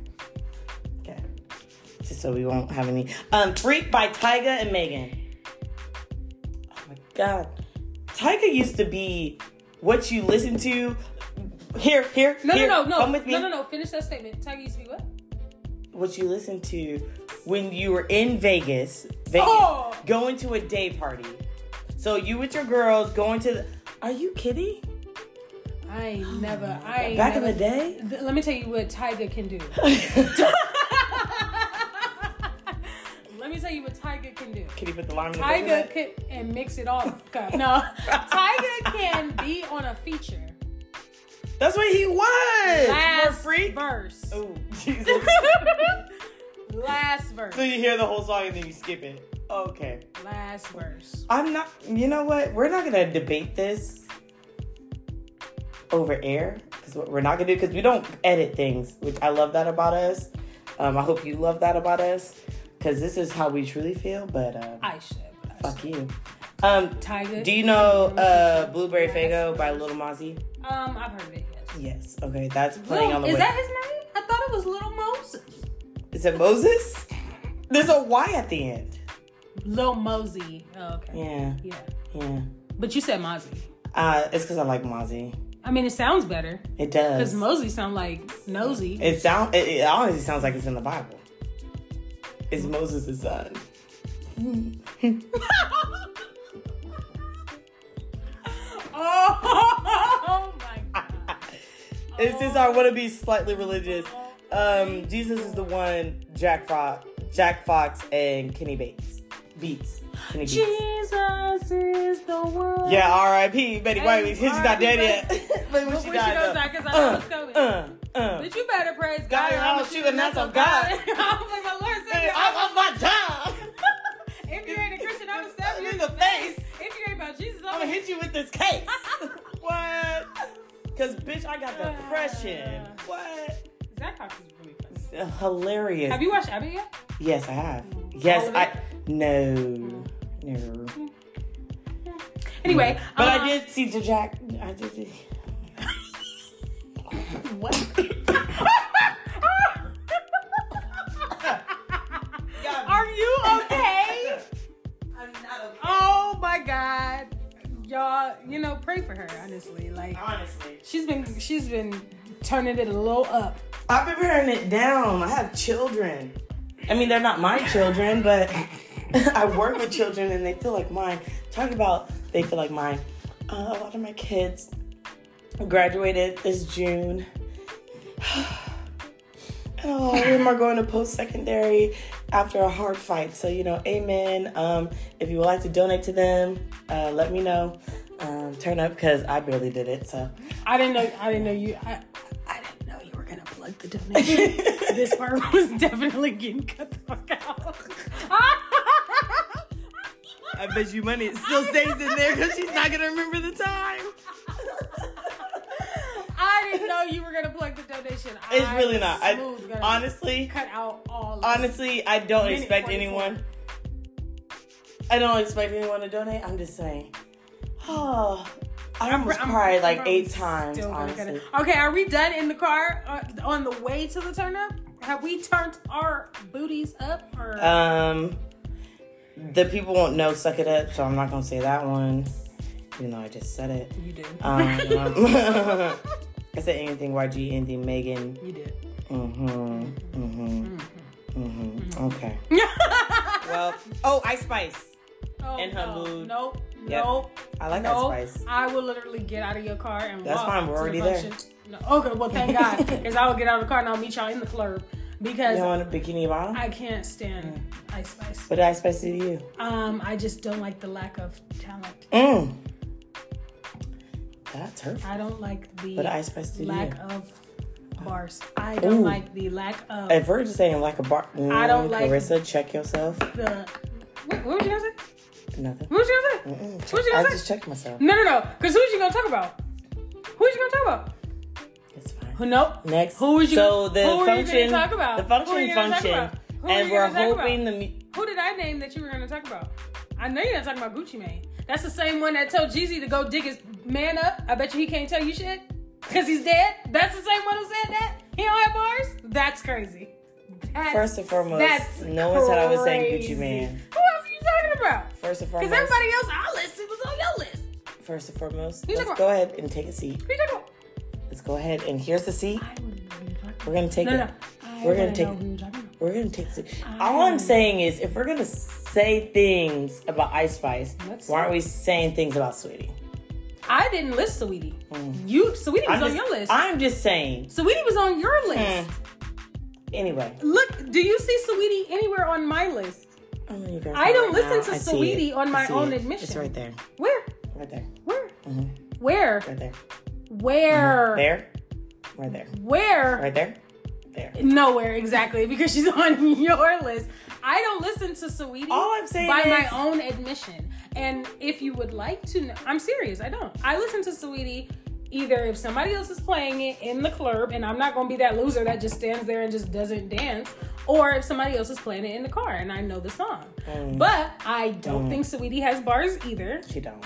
Okay. Just so we won't have any. Um, Freak by Tyga and Megan. Oh my God. Tyga used to be what you listen to. Here, here, no, here. no, no, no, Come with me. no, no, no. Finish that statement. Tiger used to be what? What you listen to when you were in Vegas, Vegas, Oh! going to a day party. So you with your girls going to the. Are you kidding? I ain't never. I ain't Back in never, the day. Th- Let me tell you what Tiger can do. Let me tell you what Tiger can do. Can you put the alarm in the Tiger coconut? could and mix it all up. No, Tiger can be on a feature. That's what he was. We're Last freak. verse. Oh, Jesus. Last so verse. you hear the whole song and then you skip it. Okay. Last verse. I'm not. You know what? We're not gonna debate this over air because what we're not gonna do because we don't edit things, which I love that about us. Um, I hope you love that about us because this is how we truly feel. But uh, I should. but I should. fuck you. Um, Tiger. do you know uh, "Blueberry Last Fago" by verse. Little Mozzie? Um, I've heard of it. Yes. Yes. Okay, that's playing Lil- on the. is way. that his name? I thought it was Little Moses. Is it Moses? There's a Y at the end. Lil Mosey. Oh, okay. Yeah, Yeah. yeah. But you said Mozzie. Uh, it's because I like Mozzie. I mean, it sounds better It because does. Mosey sound like nosy. it sound. It, it honestly sounds like it's in the Bible. It's Moses' son. oh my god. It's just I want to be slightly religious. Um, Jesus is the one. Jack Fox, Jack Fox, and Kenny Bates. Beats. Kenny Beats. Jesus is the one. Yeah, R.I.P. Betty Hey, White. She's not dead yet. R.I.P. but when But she when she died, goes though, down, 'cause I know it's coming. uh, uh. But you better praise God, God. you're I'm all a shooting, shooter, that's not of of God. I was like, my Lord, Hey, said, I'm on my job. if you ain't a Christian, I'm gonna stab you in the face. If you ain't about Jesus, I'm I'm gonna gonna hit you with this case. what? Cause bitch, I got depression. Ah. What? Zach Cox is really funny. Hilarious. Have you watched Abby yet? yes, I have. Yes, All of I. No, no. Anyway, But um, I did see the Jack. I did. What? Are you okay? I'm not okay. Oh my god. Y'all, you know, pray for her, honestly. Like Honestly, she's been she's been turning it a little up. I've been paring it down. I have children. I mean, they're not my children, but I work with children and they feel like mine. Talk about they feel like mine. Uh, a lot of my kids graduated this June. and a lot of them are going to post secondary after a hard fight. So, you know, amen. Um, if you would like to donate to them, uh, let me know. Um, turn up because I barely did it. So, I didn't know I didn't know you I I didn't know you were gonna plug the donation. this part was definitely getting cut the fuck out. I bet you money it still stays in there because she's not gonna remember the time. I didn't know you were gonna plug the donation. It's I really not. I, smooth gonna honestly, cut out all of it. honestly, I don't Minute expect 44. anyone. I don't expect anyone to donate. I'm just saying. Oh, I almost cried like I'm eight still times. gonna get Honestly, it. Okay, are we done in the car uh, on the way to the turn up? Have we turned our booties up? Or Uh, um, the people won't know. Suck it up. So I'm not gonna say that one. even though I just said it. You did. Um, I said anything YG, anything Megan. you did. Mm-hmm. Mm-hmm. Mm-hmm. Okay. Well, oh, Ice Spice. Oh, In her no, mood. Nope. Yep. Nope. I like no, Ice Spice. I will literally get out of your car and That's walk. fine, we're to already the there. function. No, okay, well, thank God. Because I will get out of the car and I'll meet y'all in the club. Because You want a bikini bottom? I can't stand Ice Spice. What did Ice Spice do to you? Um, I just don't like the lack of talent. Mm. That's hurtful. I don't like the But Ice Spice did lack you. of bars. I don't Oh. Ooh. like the lack of If we're just saying like a bar, mm, I don't like- Carissa, check yourself. the. What, what was you gonna say? Nothing. What was you gonna say? Mm. Mm-mm. What you I Mm. gonna just checked myself. No, no, no. Because who's you gonna talk about? Who's you gonna talk about? It's fine. Who? Nope. Next. Who was you- So the who were you gonna function. talk about? The Who were function you gonna talk function. about? Who were And you we're gonna talk hoping about? the. mu- Who did I name that you were gonna talk about? I know you're not talking about Gucci Mane. That's the same one that told Jeezy to go dig his man up. I bet you he can't tell you shit because he's dead. That's the same one who said that. He don't have bars. That's crazy. That's, First and foremost, that's no one said I was saying Gucci crazy. Mane. Who else are you talking about? First and Because foremost. everybody else on our list was on your list. First and foremost, You talk let's about- go ahead and take a seat. Who you talking about? Let's go ahead and here's the seat. I wouldn't know who you're talking about. We're gonna take No, it. no. I We're gonna wouldn't take know it. who you're talking about. We're gonna take the seat. All I'm saying is, if we're gonna say things about Ice Spice, Let's- why aren't we saying things about Sweetie? I didn't list Sweetie. You, Sweetie was I'm on Mm. just- your list. I'm just saying. Sweetie was on your list. Mm. Anyway, Look, do you see Sweetie anywhere on my list? I'm gonna go I don't right listen to I see Saweetie it. on I my see own it. admission. It's right there, Where? right there, Where? Mhm. Where? right there, Mm-hmm. Where? there, right there, Where? right there, there. Nowhere exactly because she's on your list. I don't listen to Sweetie All I'm saying by my is- own admission. And if you would like to know, I'm serious. I don't. I listen to Sweetie either if somebody else is playing it in the club and I'm not going to be that loser that just stands there and just doesn't dance or if somebody else is playing it in the car and I know the song. Mm. But I don't think Sweetie has bars either. She don't.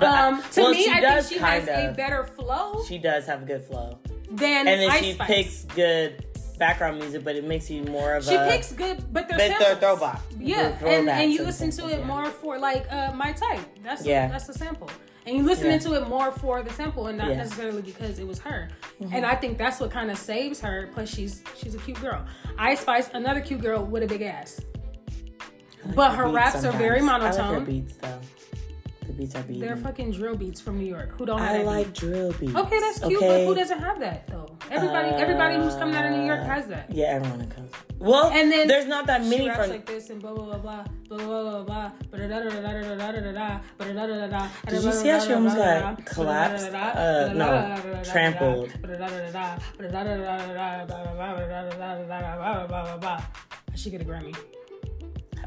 um to well, me she I does think she kind has a of. better flow She does have a good flow, than and then Ice she Spice. picks good background music, but it makes you more of She a. picks good, but they're but samples. they're throwback. They're Yeah, and, throwbacks and you and listen to samples, it yeah. more for like uh, my type. That's Yeah. yeah. that's the sample, and you listen Yeah. to it more for the sample, and not Yeah. Mm-hmm. necessarily because it was her. And I think that's what kind of saves her. Plus, she's she's a cute girl. Ice Spice, another cute girl with a big ass. I like but the her beats raps are very sometimes. I like her monotone. beats though. The beats are beating. They're fucking drill beats from New York. Who don't have I that like drill beats. beat? Okay, that's cute, but who doesn't have that though? Everybody, everybody who's coming out of New York has that. Yeah, everyone comes. Well, And then there's not that She many raps from. like this and blah blah blah blah blah blah blah blah blah da da da da da da da da da da da da da da. Did you see how she almost got collapsed? Uh, no, trampled. I should get a Grammy.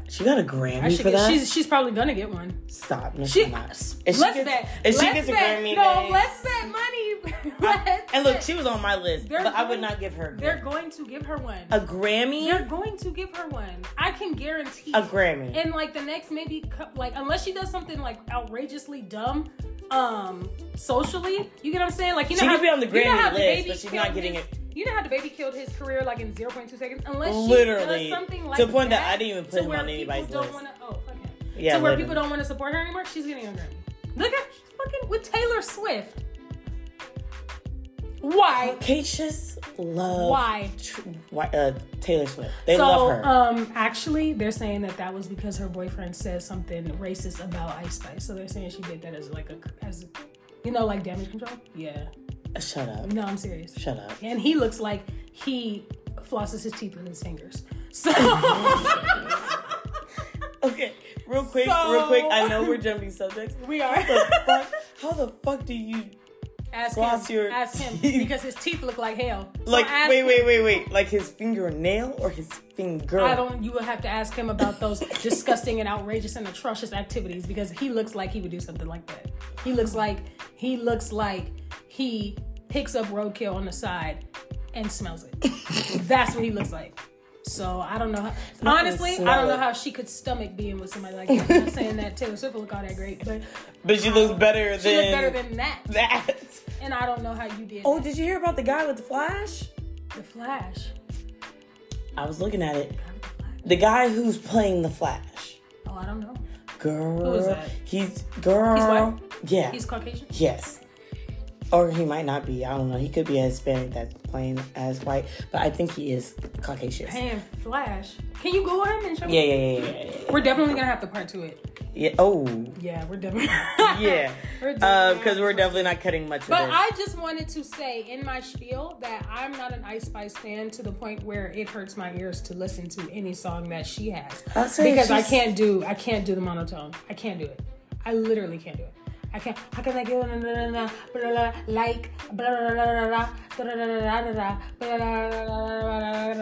she got a I Grammy should for get, that. she's she's probably gonna get one. Stop. No, She she's not. let's If she gets, bet. if she let's gets a bet. Grammy, no, babe- let's bet money. Let's And look, bet. she was on my list, They're but I would going- not give her a they're Grammy. going to give her one. A Grammy. They're going to give her one. I can guarantee. A Grammy. And like the next maybe cou- like unless she does something like outrageously dumb, um, socially. You get what I'm saying? Like you know She how, could be on the you know Grammy how the list, baby but she's not killed getting his- it. You know how the baby killed his career like in 0.2 seconds? Unless she Literally, does something like to the point that that I didn't even put to him where on people anybody's don't list. Wanna, oh, fuck him. Yeah, to where literally. people don't want to support her anymore, she's getting a Grammy. Look at she's fucking with Taylor Swift. Why? Cacious love. Why? tr- why uh, Taylor Swift. They so, love her. um, actually, they're saying that that was because her boyfriend said something racist about Ice Spice. So they're saying she did that as like a, as, you know, like damage control. Yeah. Shut up. No, I'm serious. Shut up. And he looks like he flosses his teeth with his fingers. So. Okay, real quick, So- real quick. I know we're jumping subjects. We are. How the fuck, how the fuck do you ask Floss him. your ask him teeth. because his teeth look like hell. So like? ask wait, him. wait, wait, wait. Like his fingernail or his finger? I don't. You will have to ask him about those disgusting and outrageous and atrocious activities because he looks like he would do something like that. He looks like he looks like he picks up roadkill on the side and smells it. That's what he looks like. So I don't know. How, honestly, I smell don't it. know how she could stomach being with somebody like that. I'm not saying that Taylor Swift look all that great, but But she looks better she than looked better than that. that. And I don't know how you did. Oh, did you hear about the guy with the flash? the Flash. I was looking at it. The guy who's playing the flash. Oh, I don't know. Girl, was that? he's girl. He's white? Yeah. He's Caucasian. yes. Or he might not be. I don't know. He could be a Hispanic that's plain as white, but I think he is Caucasian. Yeah, And Flash. Can you Google him and show yeah, me? yeah, yeah, yeah. We're definitely gonna have to part two it. yeah. Oh, Yeah, we're definitely. yeah. We're definitely gonna have Because to we're part definitely not cutting much of But this. I just wanted to say in my spiel that I'm not an Ice Spice fan to the point where it hurts my ears to listen to any song that she has I'll say because I she's- can't do I can't do the monotone. I can't do it. I literally can't do it. I can't. How can I get blah, blah, blah, blah, blah, like blah blah blah blah blah blah blah blah blah blah blah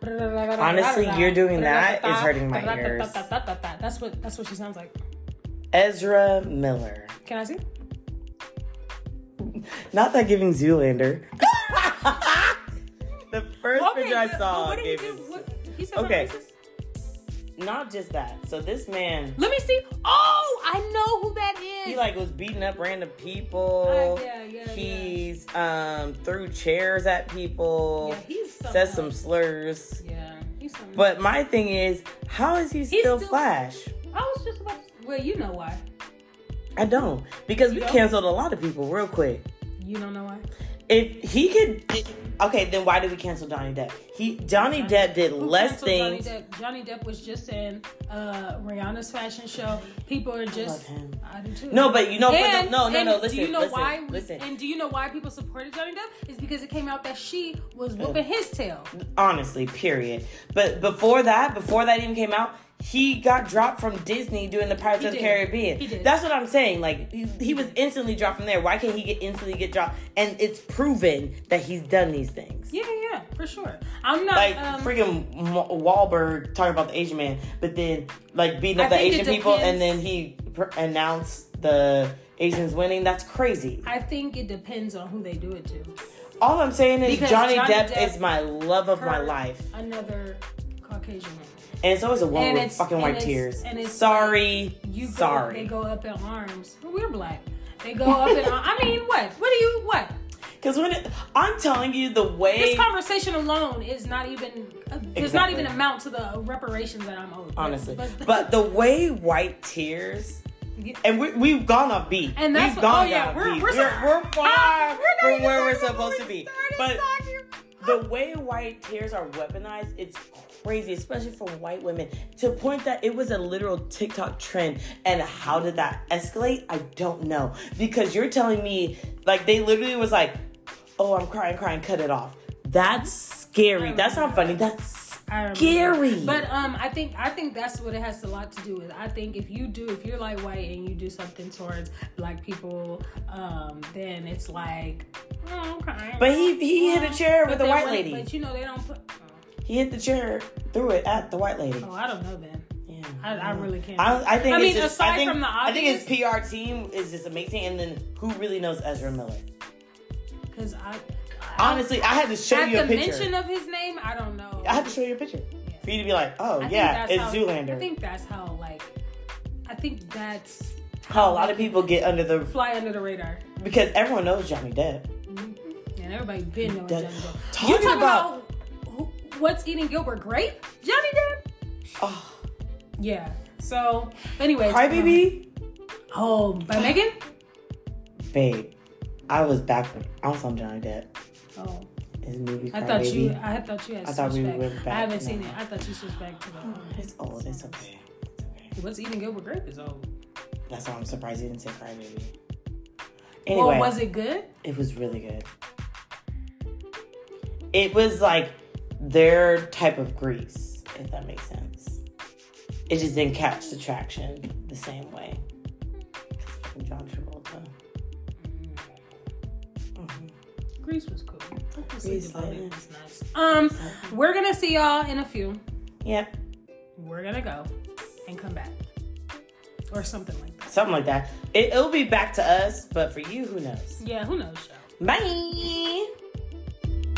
blah blah blah. Honestly, you're doing that is hurting my ears. That's what that's what she sounds like. Ezra Miller. Can I see? Not that giving Zoolander. the first picture I but- saw but what did gave he do? uh, it- What, he said something Okay. racist? Not just that. So this man, Let me see. Oh, I know who that is. he like was beating up random people. Uh, yeah, yeah, He's um threw chairs at people. yeah, he's something said some else. slurs. Yeah, he's something. But my thing is, how is he still, still- Flash? I was just about. To, well, you know why. I don't because we You don't? canceled a lot of people real quick. You don't know why. If he could, okay, then why did we cancel Johnny Depp? He Johnny Depp did Who less canceled things. Johnny Depp? Johnny Depp was just in uh, Rihanna's fashion show. People are Love just. him. I do too. No, but you know, for the- and, no, no, and no. Listen, do you know listen, why? we- listen. And do you know why people supported Johnny Depp? Is because it came out that she was Oh. whooping his tail. honestly, period. But before that, before that even came out, he got dropped from Disney doing the Pirates He of the did. Caribbean. He did. That's what I'm saying. Like he, he was instantly dropped from there. Why can't he get instantly get dropped? And it's proven that he's done these things. Yeah, yeah, yeah, for sure. I'm not Like um, freaking Ma- Wahlberg talking about the Asian man, but then like beating I up the think it Asian people, and depends. then he pr- announced the Asians winning. That's crazy. I think it depends on who they do it to. All I'm saying is Because Johnny, Johnny Depp, Depp is my love of my hurt life, Another Caucasian woman. and it's always a And woman with it's- fucking and white it's- tears. and it's sorry, You go, sorry. They go up in arms. Well, we're black. They go up in arms. I mean, what? What do you, what? Because when it, I'm telling you, the way This conversation alone is not even, uh, does not Exactly. even amount to the reparations that I'm owed. honestly, but, the way white tears. And we, we've gone off beat. And that's we've what- gone oh, yeah, down we're- beat. we're so- we're, we're far Ah, we're not from even where we're talking about supposed to what be. we But started the way white tears are weaponized, it's crazy, especially for white women. To the point that it was a literal TikTok trend. And how did that escalate? I don't know. Because you're telling me, like, they literally was like, oh, I'm crying, crying, cut it off. That's Oh scary. That's not funny. That's I remember. scary. But um, I think I think that's what it has a lot to do with. I think if you do, if you're like white and you do something towards black people, um, then it's like, oh, okay. But he- he hit a chair with but a then white when- lady. But you know they don't put. He hit the chair, threw it at the white lady. Oh, I don't know then. Yeah. I, I really can't. Mm. I, I think. I it's mean, just, aside I think, from the I think his PR team is just amazing, and then who really knows Ezra Miller? because I, I Honestly, I had to show at you a the picture. mention of his name, I don't know. I had to show you a picture Yeah. for you to be like, oh I think yeah, that's it's how- Zoolander. I think that's how like, I think that's How a lot of people get under the fly under the radar. Mm-hmm. because everyone knows Johnny Depp. And everybody been knowing That- Johnny Depp. Talking you talking about- about, who, what's eating Gilbert Grape? Johnny Depp? Oh, Yeah. So, anyways. Crybaby, um, oh, by Megan? babe, I was backward. I was on Johnny Depp. Oh, His movie I Crybaby. thought you. I thought you had I thought we switched back. went back. I haven't seen No. it. I thought you switched back to the. Oh, um, it's old. It's okay. It's okay. What's eating Gilbert Grape is old. That's why I'm surprised you didn't say Crybaby. Well, Anyway, was it good? It was really good. It was like their type of grease, if that makes sense. It just didn't catch the traction the same way. Fucking John Travolta. Mhm. Grease was cool. Grease, Grease was yeah. nice. Um, we're gonna see y'all in a few. Yep, We're gonna go and come back, or something like that. something like that. It, it'll be back to us, but for you, who knows? Yeah, who knows, y'all. Bye.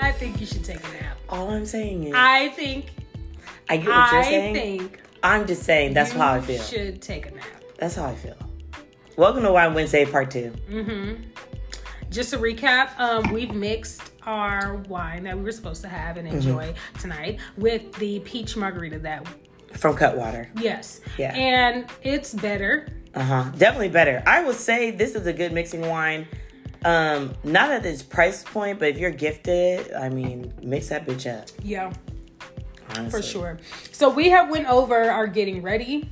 I think you should take a nap. All I'm saying is, I, I think. get what you're I saying. think. I'm just saying that's you how I feel. Should take a nap. That's how I feel. Welcome to Wine Wednesday Part Two. Mm-hmm. just to recap, um, we've mixed our wine that we were supposed to have Mm-hmm. and enjoy tonight with the peach margarita that from Cutwater. yes. Yeah. And it's better. Uh huh. Definitely better. I would say this is a good mixing wine. Um, not at this price point, but if you're gifted, I mean, mix that bitch up. Yeah. Honestly. For sure. So we have went over our getting ready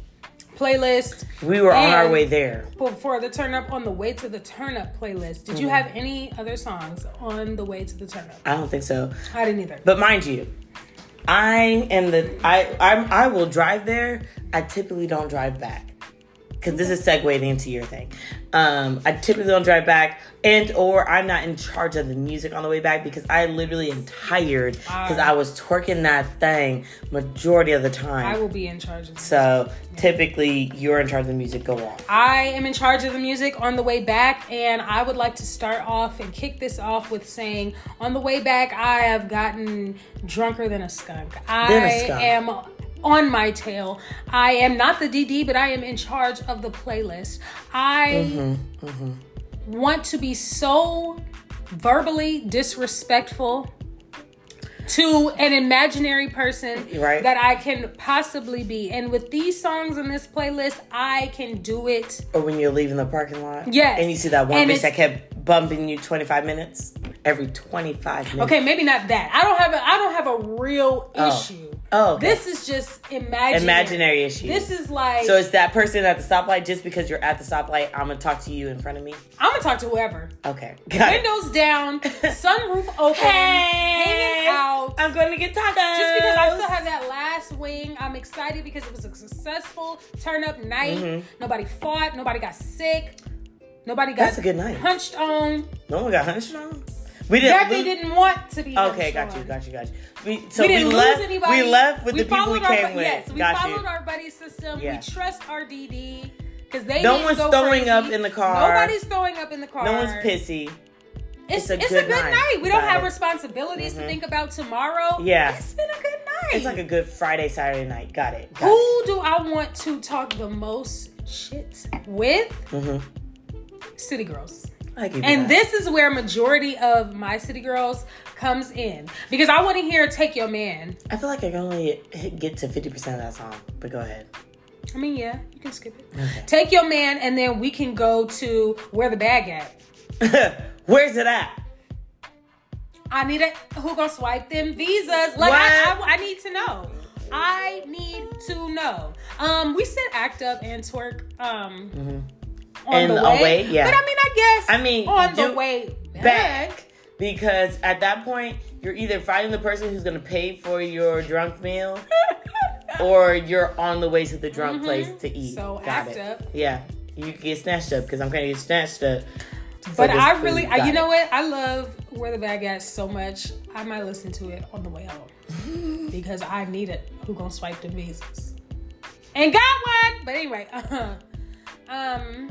playlist We were on our And- way there. for the turn up on the way to the turn up playlist. Did you Mm-hmm. have any other songs on the way to the turn up? I don't think so. I didn't either. But mind you, I am the I I'm, I will drive there. I typically don't drive back because this is segueing into your thing. Um, I typically don't drive back, and or I'm not in charge of the music on the way back because I literally am tired because I was twerking that thing majority of the I time. will be in charge of this. so typically, you're in charge of the music. Go on. I am in charge of the music on the way back, and I would like to start off and kick this off with saying, on the way back, I have gotten drunker than a skunk. I Than a skunk. am on my tail. I am not the DD, but I am in charge of the playlist. I Mm-hmm, want to be so verbally disrespectful to an imaginary person Right. that I can possibly be. And with these songs in this playlist, I can do it. Or when you're leaving the parking lot, Yes. and you see that one And bitch it's- that kept bumping you 25 minutes every 25 minutes. Okay, maybe not that. I don't have a I don't have a real Oh. issue. Oh, okay. This is just imaginary. imaginary issue. This is like So it's that person at the stoplight. Just because you're at the stoplight, I'm gonna talk to you in front of me. I'm gonna talk to whoever. Okay. Got it. Windows down, sunroof open, hanging out. I'm going to get tacos. just because I still have that last wing, I'm excited because it was a successful turn up night. Mm-hmm. Nobody fought, nobody got sick, nobody got That's a good night. punched on. No one got hunched on. We didn't. That they lose- didn't want to be. Okay, punched got you, on. got you, got you. We, so we, we didn't lose left. anybody. We left with the people we followed our, came bu- with. Yes, we got followed you. our buddy system. Yeah. We trust our DD because they. No didn't one's go throwing crazy. up in the car. Nobody's throwing up in the car. no one's pissy. It's, It's a it's good a good night. night. We don't Got have it. Mm-hmm. responsibilities to think about tomorrow. Yeah. it's been a good night. It's like a good Friday, Saturday night. Got it. Got Who do I want to talk the most shit with? Mhm. City girls. it. I give you And that. this is where majority of my city girls comes in because I want to hear "Take Your Man." I feel like I can only hit- get to fifty percent of that song. But go ahead. I mean, yeah, you can skip it. Okay. Take your man, and then we can go to where the bag at. Where's it at? I need a who gonna swipe them visas? Like I, I, I need to know. I need to know. Um, we said act up and twerk. Um, on Mm-hmm. And the a way, way, yeah. But I mean, I guess. I mean, on do- the way back because at that point you're either fighting the person who's going to pay for your drunk meal or you're on the way to the drunk place to eat. Mm-hmm. So Got act it. up. Yeah. You can get snatched up because I'm going to get snatched up. for But this I food. really, I, Got you it. know what? I love Where the Bag At so much. I might listen to it on the way home because I need it. Who gonna swipe the visas? And got one. But anyway, um,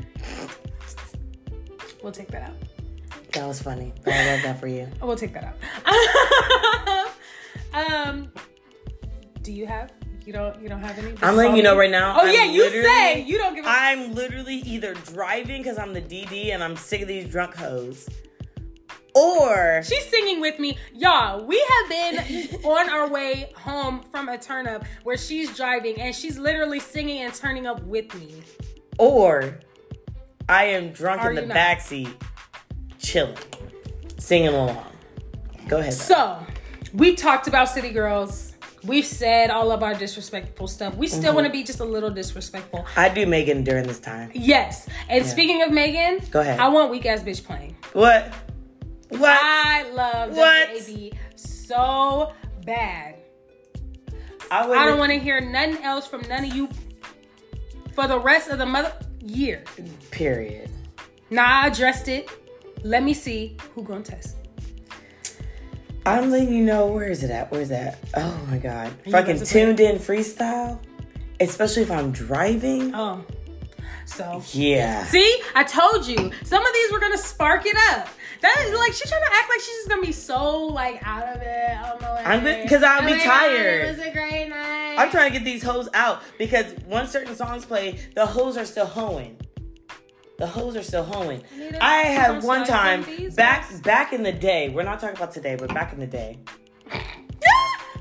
we'll take that out. That was funny. But I love that for you. We'll take that out. um, do you have? You don't. You don't have any. This I'm is letting all you know you- right now. Oh I'm yeah, you literally- say you don't give. a I'm literally either driving because I'm the DD and I'm sick of these drunk hoes or. She's singing with me. Y'all, we have been on our way home from a turn up where she's driving and she's literally singing and turning up with me. or I am drunk Are in the you not? backseat, chilling, singing along. Go ahead. though. So, we've talked about City Girls. We've said all of our disrespectful stuff. We still Mm-hmm. want to be just a little disrespectful. I do Megan during this time. Yes. And speaking of Megan, Go ahead. I want weak ass bitch playing. What? What? I love What? WAB so bad. I, I don't want to hear nothing else from none of you for the rest of the mother year. to. Period. Nah, I addressed it. Let me see who gonna test. it. I'm letting you know where is it at? Where's that? Oh my god! about Fucking to play? tuned in freestyle, especially if I'm driving. Oh, so Yeah. see, I told you some of these were gonna spark it up. That is like she's trying to act like she's just gonna be so like out of it. Oh my I'm good- 'cause I'll be my God, tired. it was a great night. I'm trying to get these hoes out because once certain songs play, the hoes are still hoeing. The hoes are still hoeing. Anita, I I'm had one sorry, time please, yes. back back in the day. We're not talking about today, but back in the day.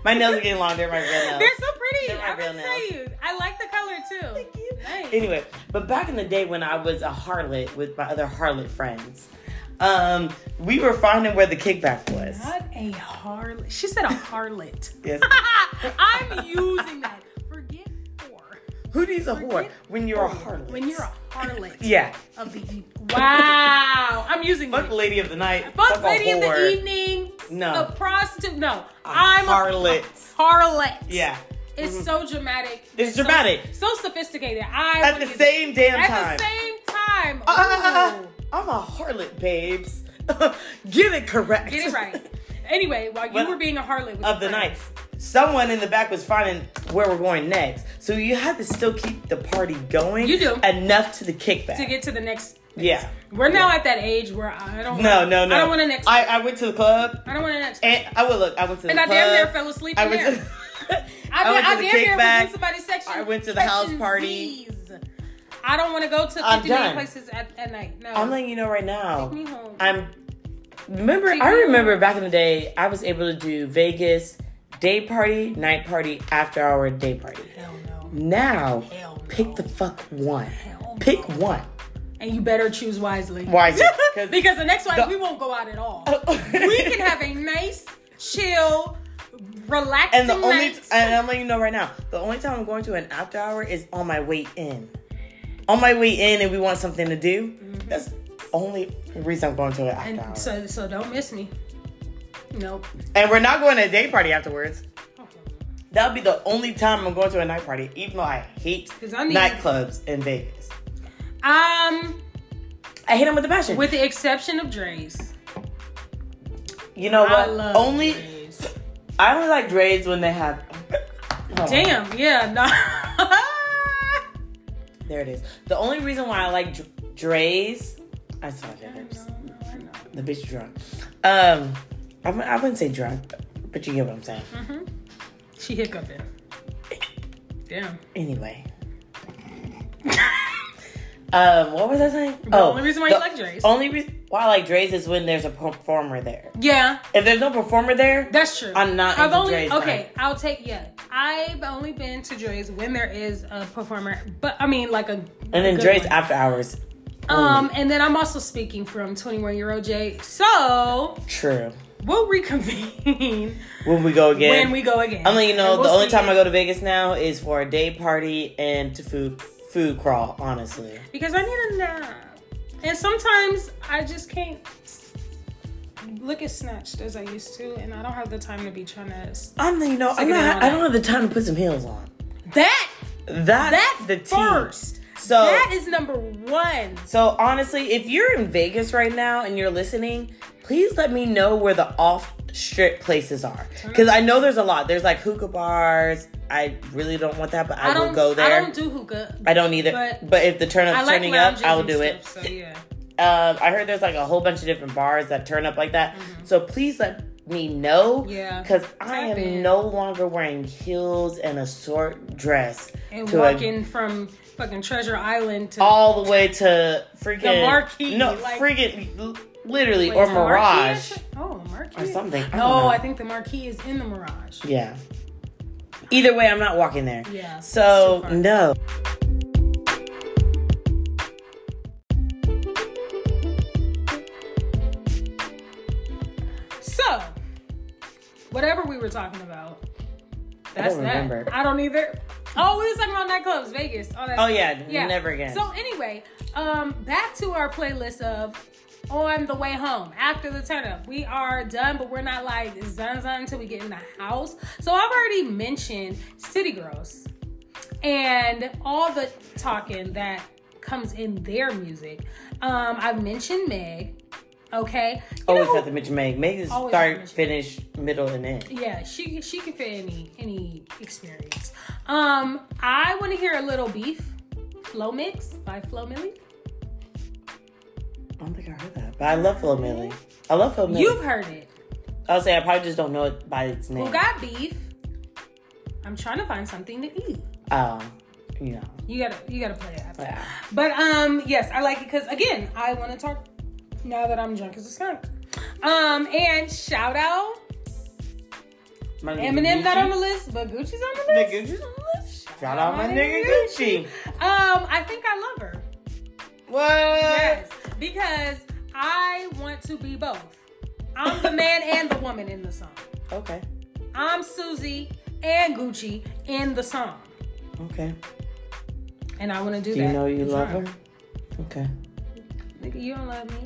my nails are getting longer. My real nails. They're so pretty. They're my I'm real gonna tell nails. you. I like the color too. Thank you. Nice. Anyway, but back in the day when I was a harlot with my other harlot friends, um, we were finding where the kickback was. Not a harlot. She said a harlot. Yes. I'm using that. Forget whore. Who needs a whore Forget when you're a harlot? When you're a harlot yeah. of the evening. Wow. I'm using Fuck it. lady of the night. Fuck, a lady in whore. the evening. No. A prostitute. No. I'm harlot. A harlot. Yeah. Mm-hmm. It's so dramatic. It's So- dramatic. So, sophisticated. I At the look same damn at time. the same Oh. time. Ah, Ooh. I'm a harlot, babes. Get it correct. Get it right. Anyway, while you Well, were being a harlot with of the your friends, night. Someone in the back was finding where we're going next. So you had to still keep the party going. You do. Enough to the kickback. to get to the next. yeah. We're now at that age where I don't. No, want, no, no. I don't want an next. I, I, I went to the club don't want an next. And, and I would look. I went to the I club. damn near fell asleep I in went there. to. I, I went I to the damn near was in kickback. somebody's section. I went to the house catching party. Z's. I don't want to go to 50 I'm million done. places at, at night. No. I'm letting you know right now. Take me home. I'm remember. Take I me remember home. back in the day, I was able to do Vegas day party, night party, after hour day party. Hell no. Now, Hell no. pick the fuck one. Hell Pick no. one. And you better choose wisely. Wisely, 'cause- because the next one The- we won't go out at all. we can have a nice, chill, relaxing And the only night. and I'm letting you know right now, the only time I'm going to an after hour is on my way in. On my way in, and we want something to do. That's the only reason I'm going to an after Mm-hmm. And hour. so, so don't miss me. Nope. and we're not going to a day party afterwards. That'll be the only time I'm going to a night party, even though I hate 'Cause I need- nightclubs in Vegas. Um, I hate them with a passion. with the exception of Dre's. you know I what? love Only Dre's. I only like Dre's when they have. Oh, Damn. Yeah. No. There it is. The only reason why I like Dr- Dre's, I saw that. The bitch drunk. Um, I, wou- I wouldn't say drunk, but you get what I'm saying. Mm-hmm. She hiccuping. Damn. Anyway. Um, what was I saying? The only reason why you like Dre's. Only reason why I like Dre's is when there's a performer there. Yeah, If there's no performer there, that's true. I'm not I've into only Dre's okay. night. I'll take yeah. I've only been to Dre's when there is a performer, but I mean like a. and then good Dre's one. after hours. Um, and then I'm also speaking from 21 year old Jay. So True. we'll reconvene When we go again. when we go again. I'm letting you know And the we'll only see. time I go to Vegas now is for a day party and to food food crawl. Honestly, because I need a nap, and sometimes I just can't s- look as snatched as I used to, and I don't have the time to be trying to. s- I'm letting you know I'm Second not. round. I don't have the time to put some heels on. That That's that the tea. first. So that is number one. so honestly, if you're in Vegas right now and you're listening, please let me know where the off strip places are Mm. because I know there's a lot. There's like hookah bars. I really don't want that, but I, I don't will go there. I don't do hookah. I don't either. but But, if the turn up's I like turning up, lounges I will and do it. stuff, So yeah. Um, I heard there's like a whole bunch of different bars that turn up like that. So please let me know. Mm-hmm. Yeah. Because I am Tap in. no longer wearing heels and a short dress. And to a- walking from fucking Treasure Island to all the way to freaking The Marquee, No, like- freaking l- literally Wait, or is the Marquee Mirage. actually- Oh, the Marquee. Or something. I don't no, know. I think the Marquee is in the Mirage. Yeah. Either way, I'm not walking there. Yeah, it's So too far. no. So, whatever we were talking about, that's don't that. remember. I don't either. Oh, we was talking about nightclubs, Vegas, all that. Oh stuff. yeah, never again. So anyway, um, back to our playlist of on the way home after the turn up. We are done, but we're not like zun zun until we get in the house. So I've already mentioned City Girls and all the talking that comes in their music. Um, I've mentioned Meg. Okay. You always know have to mention Meg. Meg is Always have to start, mention- finish, middle, and end. yeah, she she can fit any any experience. Um, I want to hear a little beef, flow mix by Flow Millie. I don't think I heard that, but I love Phil Millie. I love Phil Millie. You've heard it. I'll say I probably just don't know it by its name. Who got beef? I'm trying to find something to eat. Um, you know. You gotta you gotta play it. out. Yeah. But um, yes, I like it because again, I want to talk now that I'm drunk as a skunk. Um, and shout out My nigga Eminem not Gucci. on the list, but Gucci's on the Nigga list. Gucci's on the list. Shout out my nigga Gucci. Um, I think I love her. What? Yes, because I want to be both. I'm the man and the woman in the song. Okay. I'm Susie and Gucci in the song, Okay. and I want to do Do that. you know you and love try. her? Okay. Nigga, you don't love me.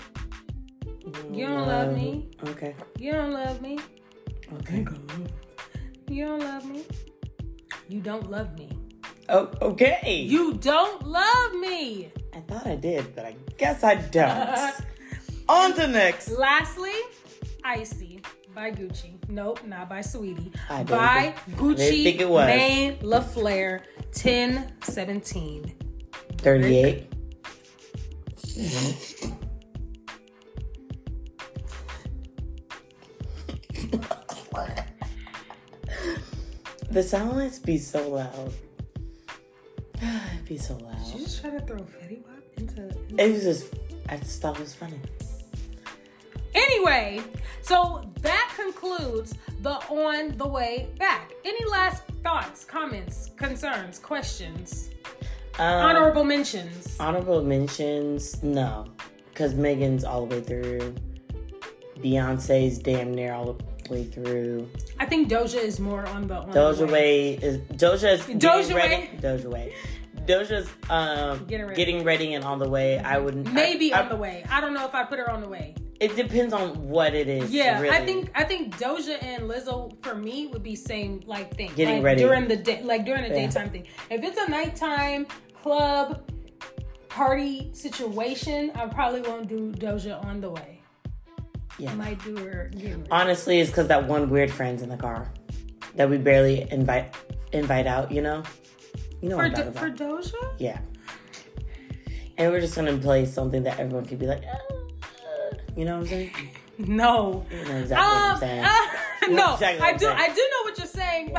You don't love me. Okay. You don't love me. Okay. You don't love me. You don't love me. Oh, okay. You don't love me. I thought I did, but I guess I don't. On to next. Lastly, Icy by Gucci. Nope, not by Sweetie. I didn't by Gucci. didn't think it was. Maine LaFleur 1017. 38. the silence be so loud. It be so Did loud. you just try to throw Fetty Wap into. It was just, I just thought it was funny. Anyway, so that concludes the On the Way Back. Any last thoughts, comments, concerns, questions, Um, honorable mentions? honorable mentions, no. Because Megan's all the way through. Beyonce's damn near all the way through. I think Doja is more on the on the Doja Way is Doja's Doja getting ready- Doja Way. Doja's um Getting ready. getting ready and on the way. I wouldn't I- Maybe I- on the way. I don't know if I put her on the way. It depends on what it is. Yeah, really. I think I think Doja and Lizzo for me would be same like thing. Getting like ready. during the day, like during the Yeah. daytime thing. If it's a nighttime club party situation, I probably won't do Doja on the way. Yeah. I might do her. getting ready. honestly it's because that one weird friend's in the car that we barely invite invite out. You know, you know what For, I'm talking Do- about. for Doja, yeah, and we're just gonna play something that everyone could be like, "Ah, ah." you know what I'm saying? no. You know exactly what I'm Um, saying. uh, You know no, exactly what I I'm do. saying. I do know what you're saying.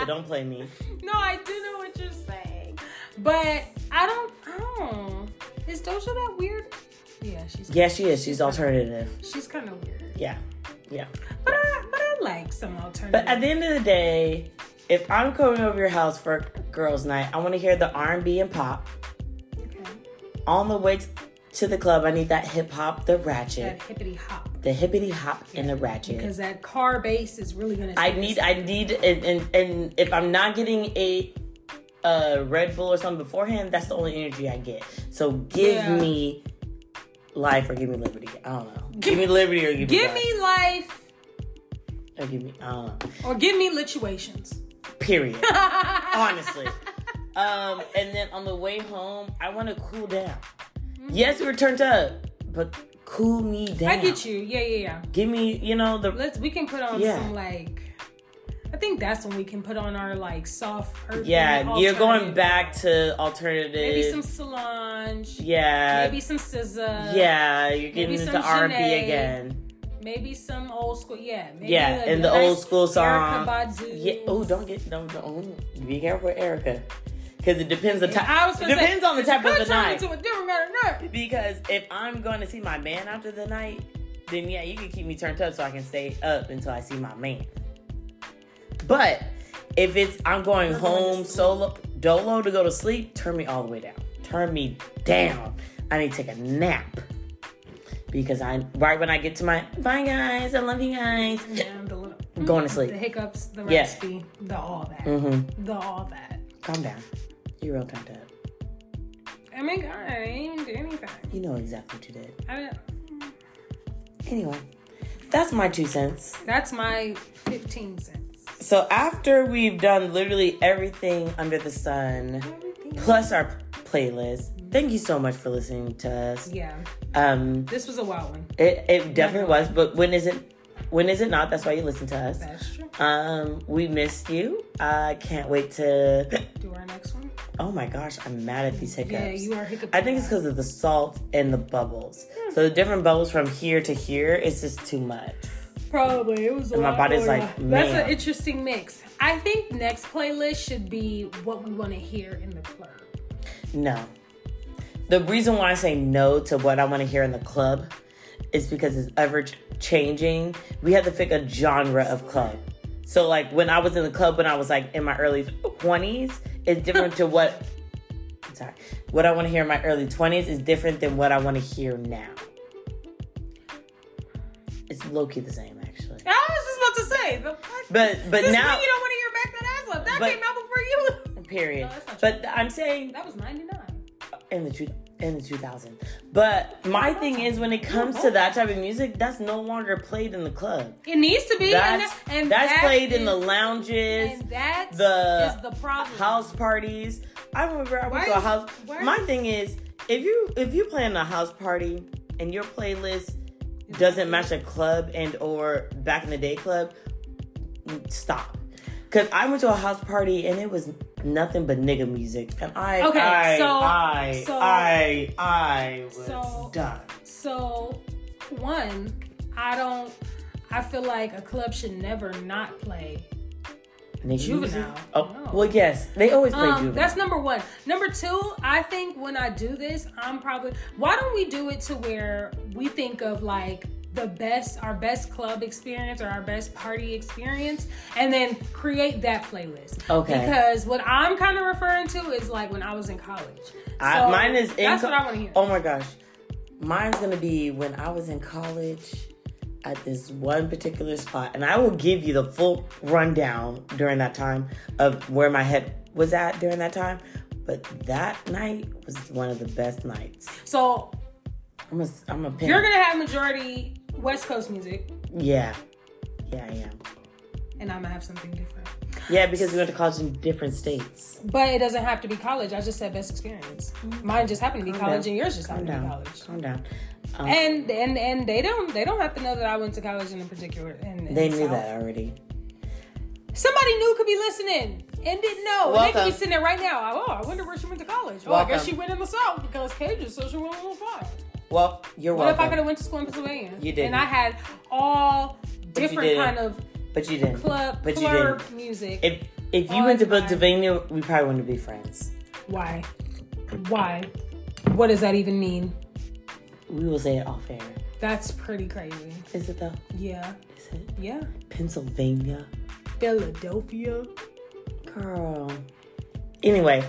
so don't play me. No, I do know what you're saying, but I don't. I don't. Is Doja that weird? Yeah, she's Yeah, she is. She's alternative. she's kind of weird, Yeah, yeah. but I but I like some alternative. But at the end of the day, if I'm coming over your house for girls' night, I want to hear the R&B and pop. okay. On the way t- to the club, I need that hip hop, the ratchet, that hippity hop the hippity hop, and the ratchet. because that car bass is really gonna. I take need, us- I need, and, and and if I'm not getting a a Red Bull or something beforehand, that's the only energy I get. So give Yeah. me life or give me liberty. I don't know. Give me liberty or give me give life. me life or give me I don't know. or give me lituations. Period. honestly. Um, and then on the way home, I want to cool down. Yes, we were turned up, but cool me down. Mm-hmm. I get you. Yeah, yeah, yeah. Give me, you know, the Let's. We can put on Yeah. some like. I think that's when we can put on our like soft. earthy yeah. You're going alternative. back to alternative. Maybe some Solange. yeah, maybe some SZA. yeah. You're getting maybe into some R&B Jhené. again. Maybe some old school. Yeah. Maybe Yeah, like and a the nice old school song. Erykah Badu. Yeah. Oh, don't get don't, don't be careful, with Erica, because it depends the type. I was gonna depends say, on the type could of the turn night. Into a different kind of night. Because if I'm going to see my man after the night, then yeah, you can keep me turned up so I can stay up until I see my man. But if it's I'm going We're going to home sleep. solo dolo to go to sleep, turn me all the way down. Turn me down. I need to take a nap. Because I right when I get to my bye guys, I love you guys. Yeah, the, little, I'm going to the sleep. hiccups, the Yeah. raspy, the all that, hmm the all that. Calm down. You're real turned up. I mean, God, I didn't do anything. You know exactly what you did. I didn't, Anyway, that's my two cents. that's my fifteen cents. So after we've done literally everything under the sun, Everything. plus our playlist, thank you so much for listening to us. Yeah, Um, this was a wild one. it, it definitely was, but when is it? When is it not? That's why you listen to us. That's true. Um, we missed you. I can't wait to. Do our next one. Oh my gosh, I'm mad at these hiccups. Yeah, you are hiccup. I think it's because of the salt and the bubbles. So the different bubbles from here to here is just too much. Probably it was. A And my lot body's going like, on. That's man. an interesting mix. I think next playlist should be what we want to hear in the club. No. The reason why I say no to what I want to hear in the club is because it's ever ch- changing. We had to pick a genre of club. So, like, when I was in the club when I was like in my early 20s, it's different to what, sorry, what I want to hear in my early 20s is different than what I want to hear now. It's low key the same, actually. I was just about to say, the fuck? But, but this now, thing you don't want to hear back that ass up. That But- came out before you. period. No, that's not but I'm saying That was ninety nine. in the two in the 2000s. But my thing is, when it comes to that type of music, that's no longer played in the club. It needs to be. That's and, and that's that played in the is- lounges, And that the is the problem. house parties. I remember I went Why to a is- house. why My is- thing is, if you if you plan a house party and your playlist doesn't match a club and or back in the day club, stop. Cause I went to a house party and it was nothing but nigga music, and I, Okay, I, so- I, so- I, I was so- done. So, one, I don't. I feel like a club should never not play. Nigga Juvenile. music? Oh, No. well, yes, they always play Um, juvenile. that's number one. Number two, I think when I do this, I'm probably. Why don't we do it to where we think of like the best, our best club experience or our best party experience, and then create that playlist. Okay. Because what I'm kind of referring to is like when I was in college. I, So, mine is in that's co- what I want to hear. Oh my gosh, mine's gonna be when I was in college at this one particular spot, and I will give you the full rundown during that time of where my head was at during that time. But that night was one of the best nights. So I'm a, I'm a pin. you're gonna have majority West Coast music, yeah, yeah, I am. and I'm gonna have something different. Yeah, because we went to college in different states. But it doesn't have to be college. I just said best experience. Mine just happened to be college, and yours just Mm-hmm. Calm happened to be down, college. calm down. Um, And and and they don't they don't have to know that I went to college in a particular. In, in they the knew South. that already. Somebody new could be listening and didn't know. And they could Welcome. be sitting there right now. Oh, I wonder where she went to college. Oh, I guess Welcome. she went in the South because Cajuns, so she went on five. Well, you're What welcome. if I could have went to school in Pennsylvania? You didn't. And I had all you different didn't. kind of but you didn't. club But you club didn't. music. If if you Oh, went to it's fine. Pennsylvania, we probably wouldn't be friends. Why? Why? What does that even mean? We will say it off air. That's pretty crazy. Is it though? Yeah. Is it Yeah. Pennsylvania, Philadelphia. girl? Anyway,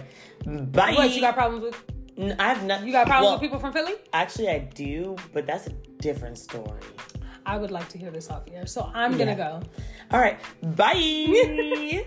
bye. What, you got problems with N- I have not. you got problems well, with people from Philly? Actually, I do, but that's a different story. I would like to hear this off here. So I'm gonna go. All right, bye.